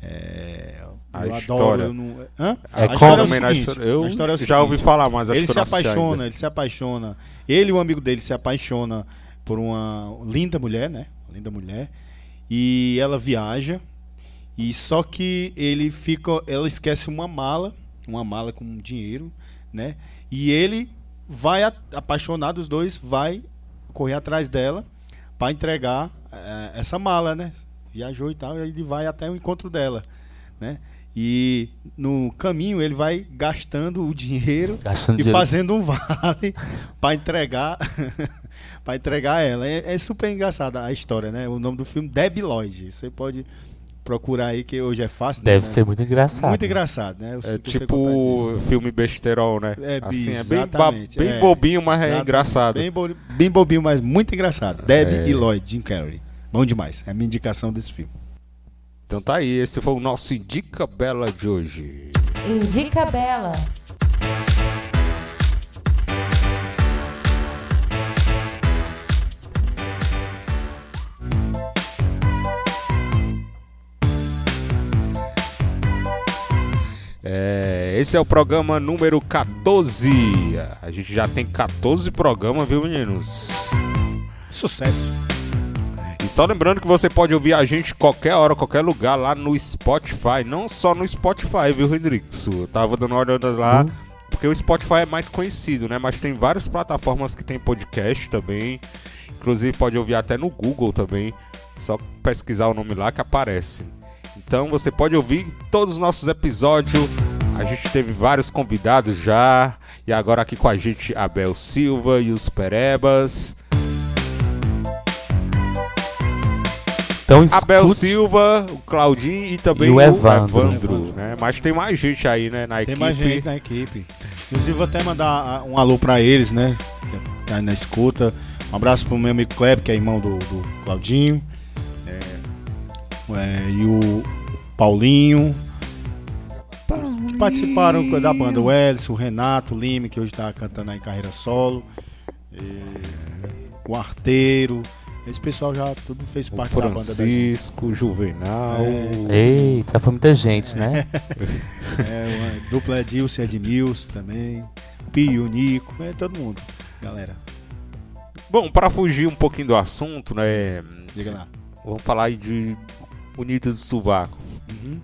É, eu A adoro, história. eu não- Hã? É a como- história é o Homenagem- seguinte, né, eu a história é o já ouvi seguinte, falar, mas acho Ele que eu se não assisti apaixona, ainda. ele se apaixona. Ele e um amigo dele se apaixona por uma linda mulher, né? Uma linda mulher. E ela viaja. E só que ele fica, ela esquece uma mala, uma mala com dinheiro, né? E ele vai a- apaixonado os dois, vai correr atrás dela para entregar eh, essa mala, né? Viajou e tal, e ele vai até o encontro dela, né? E no caminho ele vai gastando o dinheiro Gastando e dinheiro. fazendo um vale para entregar para entregar ela. É, é super engraçada a história, né? O nome do filme Deb Lloyd. Você pode procurar aí que hoje é fácil. né? Deve Mas ser muito engraçado. muito engraçado, né? Eu É sempre sei contar tipo disso. filme besteirol, né? É, assim, é bem, ba- exatamente, bem é. bobinho, mas é Exatamente. engraçado. Bem, bo- bem bobinho, mas muito engraçado. Deb É. e Lloyd, Jim Carrey. Bom demais. É a minha indicação desse filme. Então tá aí, esse foi o nosso Indica Bela de hoje. Indica Bela. É, esse é o programa número 14. A gente já tem 14 programas, viu, meninos? Sucesso. E só lembrando que você pode ouvir a gente qualquer hora, qualquer lugar lá no Spotify. Não só no Spotify, viu, Rodrigues? Eu tava dando uma olhada lá. Porque o Spotify é mais conhecido, né? Mas tem várias plataformas que tem podcast também. Inclusive pode ouvir até no Google também. Só pesquisar o nome lá que aparece. Então você pode ouvir todos os nossos episódios. A gente teve vários convidados já. E agora aqui com a gente Abel Silva e os Perebas. Então escute. Abel Silva, o Claudinho e também E o o Evandro. Evandro. né? Mas tem mais gente aí, né, na Tem equipe. mais gente na equipe. Inclusive, vou até mandar ah, um alô pra eles, né? Tá aí na escuta. Um abraço pro meu amigo Kleber, que é irmão do, do Claudinho. É, é, e o Paulinho. Que participaram da banda. O Elis, o Renato, o Lima, que hoje tá cantando aí carreira solo. E o Arteiro. Esse pessoal já tudo fez O parte da banda da gente. Francisco, o Juvenal. É. Eita, foi muita gente, né? É, o- a dupla Edilson e Edmilson também. Pio, Nico, é todo mundo. Galera, Bom, para fugir um pouquinho do assunto, né? diga lá. Vamos falar aí de Unidos do Sovaco. Uhum.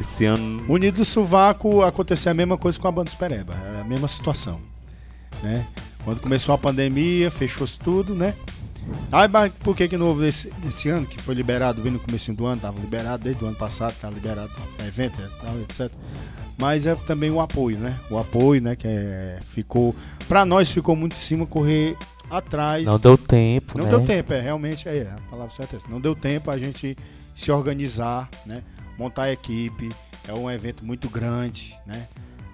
Esse ano. Unido do Sovaco aconteceu a mesma coisa com a banda Espereba, a mesma situação, né? Quando começou a pandemia, fechou-se tudo, né? Aí, mas por que que não houve esse, esse ano, que foi liberado bem no começo do ano, tava liberado desde o ano passado, tá liberado é evento, é, tal, etc. Mas é também o apoio, né? O apoio, né, que é, ficou... Pra nós ficou muito em cima correr atrás... Não deu tempo, Não né? deu tempo, é realmente é, a palavra certa é essa. Não deu tempo a gente se organizar, né? Montar a equipe. É um evento muito grande, né?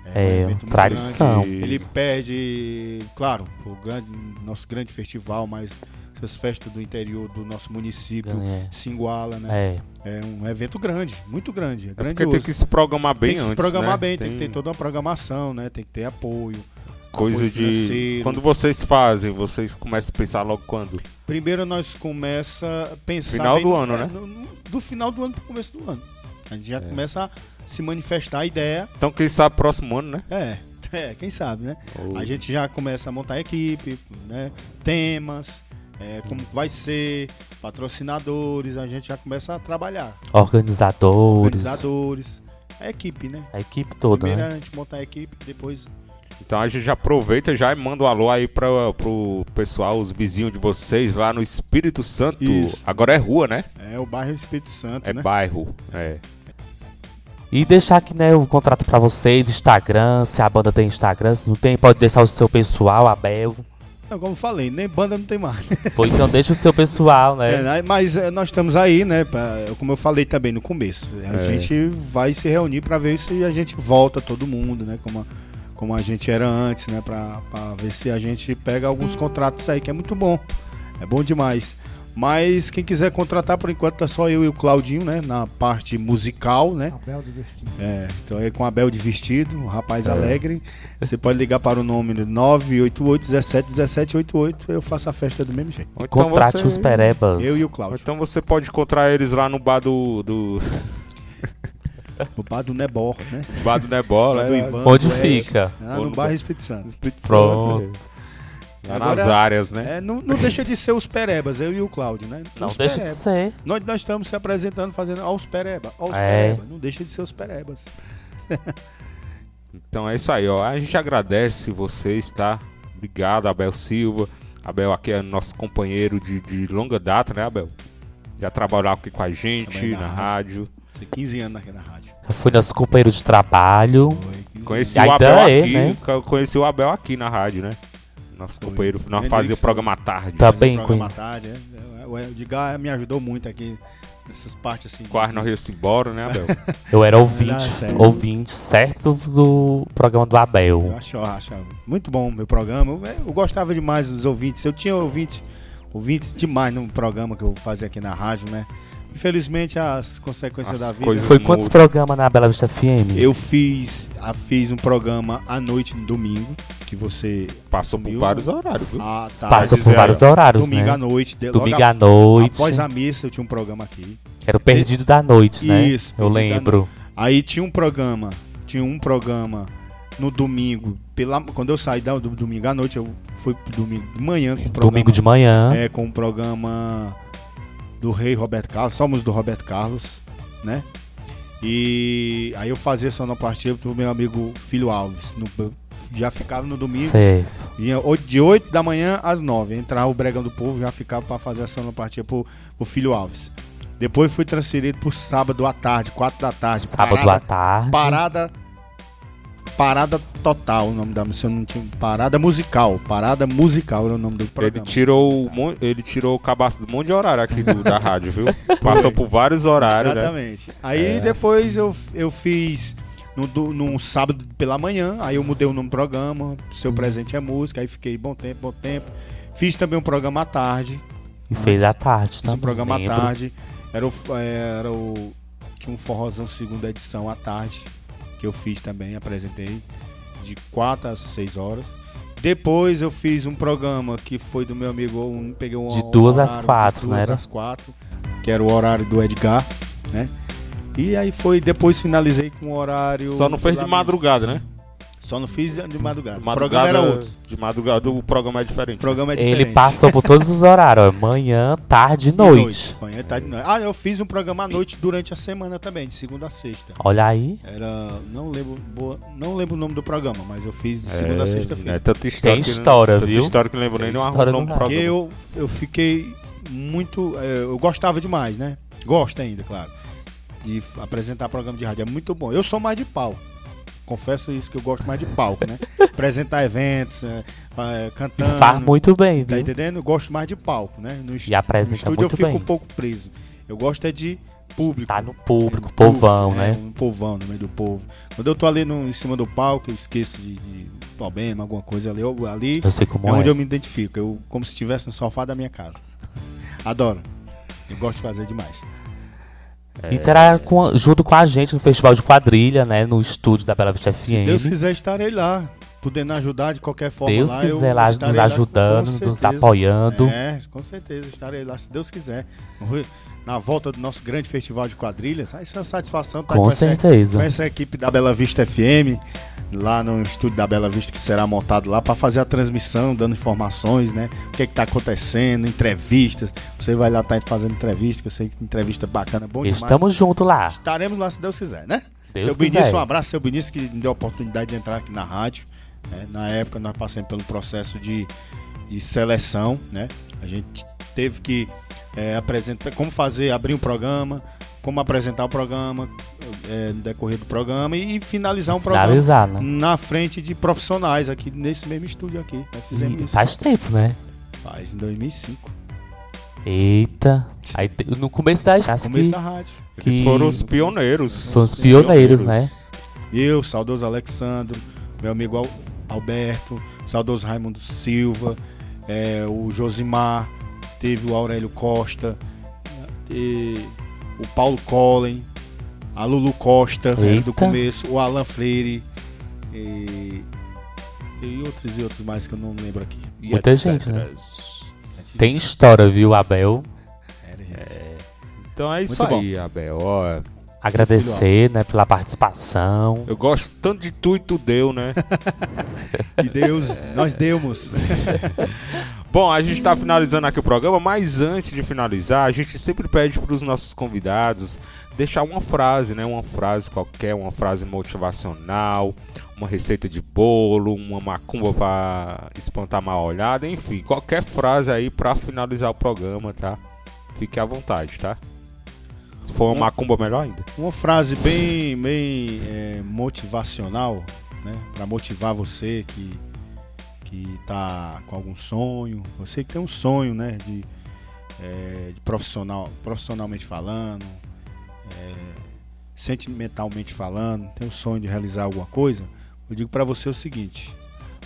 É, muito tradição. grande. É Ele é perde, claro, o grande, nosso grande festival, mas essas festas do interior do nosso município, É. se Singuala, né? É. É. um evento grande, muito grande. É É grande porque tem que se programar bem tem que antes. se programar né? bem, tem... que ter toda uma programação, né? Tem que ter apoio. coisa de. financeiro. Quando vocês fazem, vocês começam a pensar logo quando? Primeiro nós começa a pensar... Final do em- ano, é, né? É. no- no- do final do ano pro começo do ano. A gente já começa a se manifestar a ideia. Então, quem sabe próximo ano, né? É, é, quem sabe, né? Ou- A gente já começa a montar equipe, né? Temas, é, Hum. como vai ser, patrocinadores, a gente já começa a trabalhar. Organizadores. Organizadores, a equipe, né? A equipe toda, Primeiro né? a gente montar a equipe, depois Então a gente já aproveita já e manda um alô aí pra, pro pessoal, os vizinhos de vocês lá no Espírito Santo. Isso. Agora é rua, né? é o bairro do Espírito Santo, É né? bairro. É. E deixar aqui, né, o contrato pra vocês, Instagram, se a banda tem Instagram, se não tem, pode deixar o seu pessoal, Abel. Não, como eu falei, nem banda não tem mais. Pois então deixa o seu pessoal, né? É, né? mas é, nós estamos aí, né? pra- como eu falei também no começo, a É. gente vai se reunir para ver se a gente volta todo mundo, né? Como a, como a gente era antes, né? Para ver se a gente pega alguns contratos aí, que é muito bom. É bom demais. Mas quem quiser contratar, por enquanto tá só eu e o Claudinho, né? Na parte musical, né? Abel de Vestido. É, então é com Abel de vestido, um rapaz alegre. Você pode ligar para o número 988 17 1788, eu faço a festa do mesmo jeito. Ou então Contrate você- os perebas. Eu e o ou Cláudio. Então você pode encontrar eles lá no bar do. do O bar do Nebor, né? bar do Nebola, Bar do é, Ivan. Onde É. fica? Ah, Ou no no bairro ba- Espírito Santo. Espírito Santo, Pronto. beleza. Lá Agora- nas áreas, né? É, não, não deixa de ser os perebas, eu e o Cláudio, né? Não os deixa de perebas. ser. Nós, nós estamos se apresentando, fazendo ó, os perebas, ó, os É. perebas. Não deixa de ser os perebas. Então é isso aí, ó. A gente agradece vocês, tá? Obrigado, Abel Silva. Abel aqui é nosso companheiro de, de longa data, né, Abel? Já trabalhou aqui com a gente Também na, na rádio. Tem 15 anos aqui na rádio. Já fui nosso companheiro de trabalho. Conheci E o ainda Abel é, aqui, né? co- conheci o Abel aqui na rádio, né? Nosso companheiro, nós Grande fazia o Nixon. programa à tarde. Tá Fazer bem programa à conhecido. tarde, é. O Edgar me ajudou muito aqui nessas partes assim. de- Quase nós ia se embora, né, Abel? Eu era ouvinte, Tá certo. ouvinte certo do programa do Eu Abel. acho, eu acho muito bom o meu programa. Eu, eu gostava demais dos ouvintes. Eu tinha ouvintes, ouvintes demais no programa que eu fazia aqui na rádio, né? Infelizmente as consequências As da vida. coisas- Foi quantos Mudo. programas na Bela Vista FM? Eu fiz, a- fiz um programa à noite no domingo, que você Passou por Sumiu, vários né? horários, viu? ah, tá, Passou dizer por aí, vários horários, domingo à né? noite, de- Domingo logo à noite. após a missa eu tinha um programa aqui. Era o Perdido da Noite, né? Isso, Eu Perdido da lembro. Aí tinha um programa, tinha um programa no domingo, pela, quando eu saí da- do domingo à noite, eu fui pro domingo de manhã com o programa. Domingo de manhã. É, com o programa do Rei Roberto Carlos, somos do Roberto Carlos, né? E aí eu fazia sonoplastia pro meu amigo Filho Alves. no- já ficava no domingo, Certo. vinha o- de 8 da manhã às 9. Entrava o Bregão do Povo, já ficava pra fazer a sonoplastia pro, pro Filho Alves. Depois fui transferido pro sábado à tarde, 4 da tarde. Sábado à parada, tarde. Parada. Parada Total, o nome da música. eu Não tinha, parada Musical. Parada Musical era o nome do Ele programa. tirou, o mon- ele tirou o cabaço do monte de horário aqui do- da rádio, viu? Passou por vários horários, né? Exatamente. Aí depois eu, eu fiz no, do- num sábado pela manhã, aí eu mudei o nome do programa, Seu Presente é Música, aí fiquei bom tempo, bom tempo. Fiz também um programa à tarde, E fez à tarde fiz também. um programa Tá lembro. à tarde, era o, é, era o... Tinha um forrozão segunda edição à tarde, que eu fiz também, apresentei, de 4 às 6 horas. Depois eu fiz um programa que foi do meu amigo, um, peguei um De duas às horário de quatro, não duas era? às quatro, que era o horário do Edgar, né? E aí foi, depois finalizei com o horário. Só não fez de madrugada, né? Só não fiz de madrugada. De O programa era outro. De madrugada o programa é O diferente. programa é diferente. Ele passou por todos os horários. ó, Manhã, tarde e De noite. Manhã, tarde, e noite. Ah, eu fiz um programa à noite durante a semana também, de segunda a sexta. Olha aí. Era. Não lembro, boa, não lembro o nome do programa, mas eu fiz de segunda a né, sexta-feira. É tanta história. Tem que- história, tanta viu? história que não lembro nem Tem de um história nome do do programa. Porque eu, eu fiquei muito. eh, Eu gostava demais, né? Gosto ainda, claro. De f- apresentar programa de rádio. É muito bom. Eu sou mais de palco. Confesso isso que eu gosto mais de palco, né? apresentar eventos, eh, eh, E cantando. faz muito bem, Tá viu? entendendo? Eu gosto mais de palco, né? No, est- E apresenta no estúdio eu muito fico bem. um pouco preso. Eu gosto é de público. Tá no público, povão, É, né? Um povão no meio do povo. Quando eu tô ali no, em cima do palco, eu esqueço de, de problema, alguma coisa ali. Eu, ali Eu sei é como onde é. eu me identifico. Eu como se estivesse no sofá da minha casa. Adoro. Eu gosto de fazer demais. É. Interar É, com a- junto com a gente no Festival de Quadrilha, né? No estúdio da Bela Vista Se Deus FM. quiser, estarei lá. podendo ajudar de qualquer forma Deus lá, eu quiser lá estarei nos lá, com ajudando, nos certeza. apoiando. É, com certeza, estarei lá se Deus quiser. Na volta do nosso grande festival de quadrilhas, aí é uma satisfação estar Com com, Essa, certeza. com essa equipe da Bela Vista FM, lá no estúdio da Bela Vista que será montado lá para fazer a transmissão, dando informações, né? O que é está acontecendo, entrevistas. Você vai lá estar fazendo entrevista, que eu sei que entrevista bacana, bom demais. Estamos juntos lá. Estaremos lá se Deus quiser, né? Deus seu quiser. Benício, um abraço, seu Benício, que me deu a oportunidade de entrar aqui na rádio. né? Na época, nós passamos pelo processo de, de seleção, né? A gente teve que eh, apresentar como fazer, abrir um programa, como apresentar o programa, eh, no decorrer do programa e finalizar um programa Finalizar, né? na frente de profissionais aqui nesse mesmo estúdio aqui. Nós fizemos E isso Faz tempo, né? faz em 2005, Eita. Aí te- no começo da gente. começo que da rádio. Eles Que- foram os pioneiros. Foram os pioneiros, né? Eu, saudoso Alexandro, meu amigo Al- Alberto, saudoso Raimundo Silva, eh, o Josimar, teve o Aurélio Costa, e o Paulo Collen, a Lulu Costa era Eita. do começo, o Alan Freire e, e outros e outros mais que eu não lembro aqui. E Muita etc. gente, né? Tem história, viu, Abel? Era, gente. Então é isso Muito aí, Abel. ó. Agradecer, né, pela participação. eu gosto tanto de tu e tu deu, né? E Deus, nós demos. Bom, a gente está finalizando aqui o programa, mas antes de finalizar, a gente sempre pede para os nossos convidados deixar uma frase, né? Uma frase qualquer, uma frase motivacional, uma receita de bolo, uma macumba para espantar mal olhada, enfim, qualquer frase aí para finalizar o programa, tá? Fique à vontade, tá? Se for uma macumba, melhor ainda. Uma frase bem, bem eh, motivacional, né? Para motivar você que que tá com algum sonho, você que tem um sonho, né? De, eh, de profissional, profissionalmente falando, eh, sentimentalmente falando, tem um sonho de realizar alguma coisa. Eu digo para você o seguinte: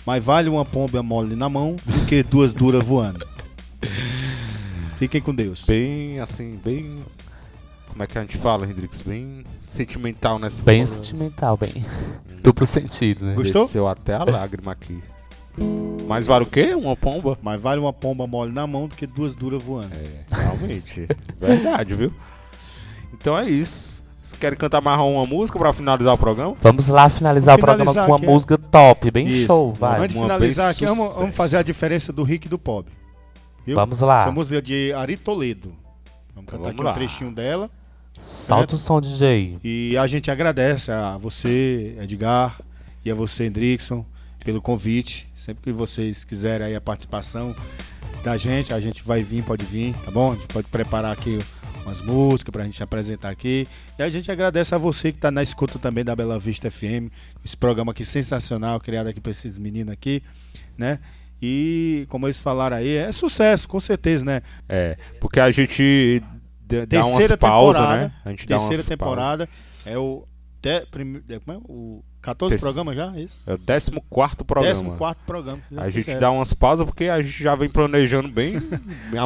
mais vale uma pomba mole na mão do que duas duras voando. Fiquem com Deus. Bem, assim, bem... Como é que a gente fala, Hendrix? Bem sentimental nessa Bem frase. sentimental, bem. Duplo sentido, né? Gostou? Desceu até a lágrima aqui. Mas vale o quê? Uma pomba? Mais vale uma pomba mole na mão do que duas duras voando. Realmente. Verdade, viu? Então é isso. Vocês querem cantar mais uma música pra finalizar o programa? Vamos lá finalizar Vamos o programa finalizar com uma aqui, é. música top, bem Isso. show, vai. Antes de Uma finalizar vez aqui, vamos, sucesso. vamos fazer a diferença do rico e do pobre. Viu? Vamos lá. Essa música é de Ari Toledo. Vamos Então cantar vamos aqui lá. um trechinho dela. Solta o som, DJ. E a gente agradece a você, Edgar, e a você, Hendrickson, pelo convite. Sempre que vocês quiserem aí a participação da gente, a gente vai vir, pode vir, tá bom? A gente pode preparar aqui umas músicas pra gente apresentar aqui. E a gente agradece a você que tá na escuta também da Bela Vista FM, esse programa aqui sensacional, criado aqui por esses meninos aqui, né? E como eles falaram aí, é sucesso, com certeza, né? É. Porque a gente d- dá Terceira umas pausas, temporada, né? A gente dá Terceira umas temporada. É o. Te, prime, é, como é? O 14 Terce- programa já? é Isso? pausas. É o 14 programa. 14 programa. já A gente fizeram. dá umas pausas porque a gente já vem planejando bem há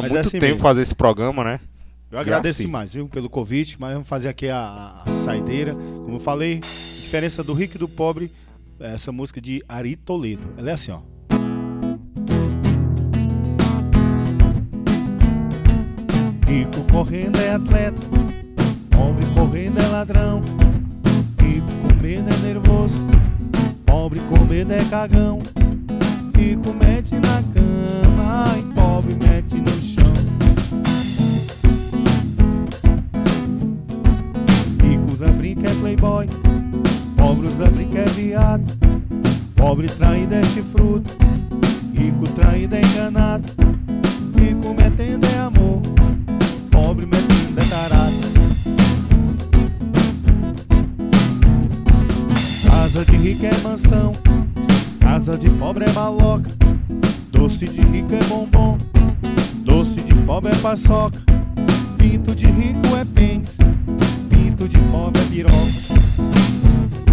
Mas muito é assim tempo mesmo. fazer esse programa, né? Eu agradeço Graça. demais, viu, pelo convite, mas vamos fazer aqui a, a saideira. Como eu falei, diferença do rico e do pobre, é essa música de Ari Toledo. Ela é assim, ó. Rico correndo é atleta, pobre correndo é ladrão. Rico comendo é nervoso, pobre comendo é cagão. Rico mete na cama e pobre mete no chão. Rico usa brinca é playboy, pobre usa brinca é viado. Pobre traído é chifrudo, rico traído é enganado. Rico metendo é amor, pobre metendo é tarado. Casa de rico é mansão, casa de pobre é maloca. Doce de rico é bombom, doce de pobre é paçoca. Pinto de rico é pênis, pinto de pobre é piroca.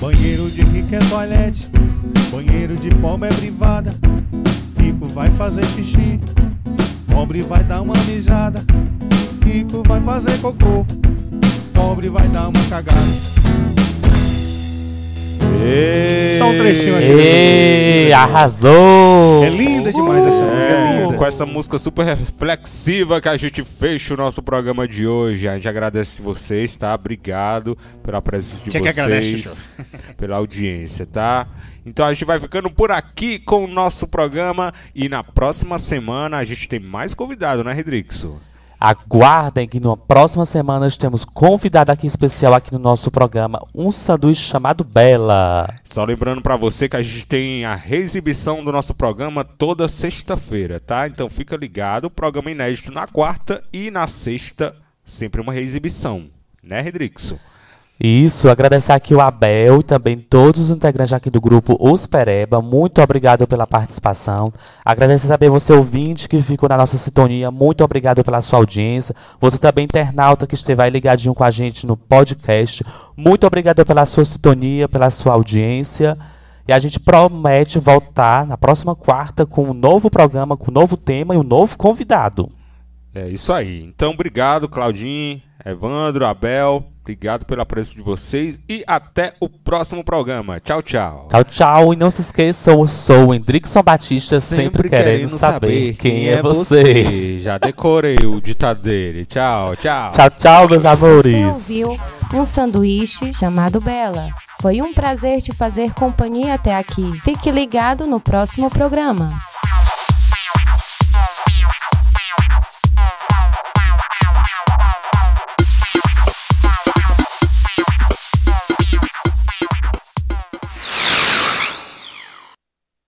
Banheiro de rico é toalete, banheiro de pobre é privada. Rico vai fazer xixi, pobre vai dar uma mijada. Rico vai fazer cocô, pobre vai dar uma cagada. Só um trechinho aqui. Ei, arrasou! É linda demais essa música, é linda. Com essa música super reflexiva que a gente fecha o nosso programa de hoje. A gente agradece vocês, tá? Obrigado pela presença de Tinha que vocês. agradecer, pela audiência, tá? Então a gente vai ficando por aqui com o nosso programa. E na próxima semana a gente tem mais convidado, né, Redrixo? Aguardem que na próxima semana nós temos convidado aqui especial aqui no nosso programa um sanduíche chamado Bela. Só lembrando pra você que a gente tem a reexibição do nosso programa toda sexta-feira, tá? Então fica ligado, programa é inédito na quarta e na sexta, sempre uma reexibição, né, Redrixo? Isso, agradecer aqui o Abel e também todos os integrantes aqui do grupo Os Pereba. Muito obrigado pela participação. Agradecer também você, ouvinte, que ficou na nossa sintonia. Muito obrigado pela sua audiência. Você também, internauta, que esteve aí ligadinho com a gente no podcast. Muito obrigado pela sua sintonia, pela sua audiência. E a gente promete voltar na próxima quarta com um novo programa, com um novo tema e um novo convidado. É isso aí. Então, obrigado, Claudinho, Evandro, Abel. Obrigado pela presença de vocês e até o próximo programa. Tchau, tchau. Tchau, tchau. E não se esqueçam, eu sou o Hendrickson Batista, sempre, querendo saber quem é você. Já decorei o ditado dele. Tchau, tchau. Tchau, tchau, meus Você amores. ouviu um sanduíche chamado Bela. Foi um prazer te fazer companhia até aqui. Fique ligado no próximo programa.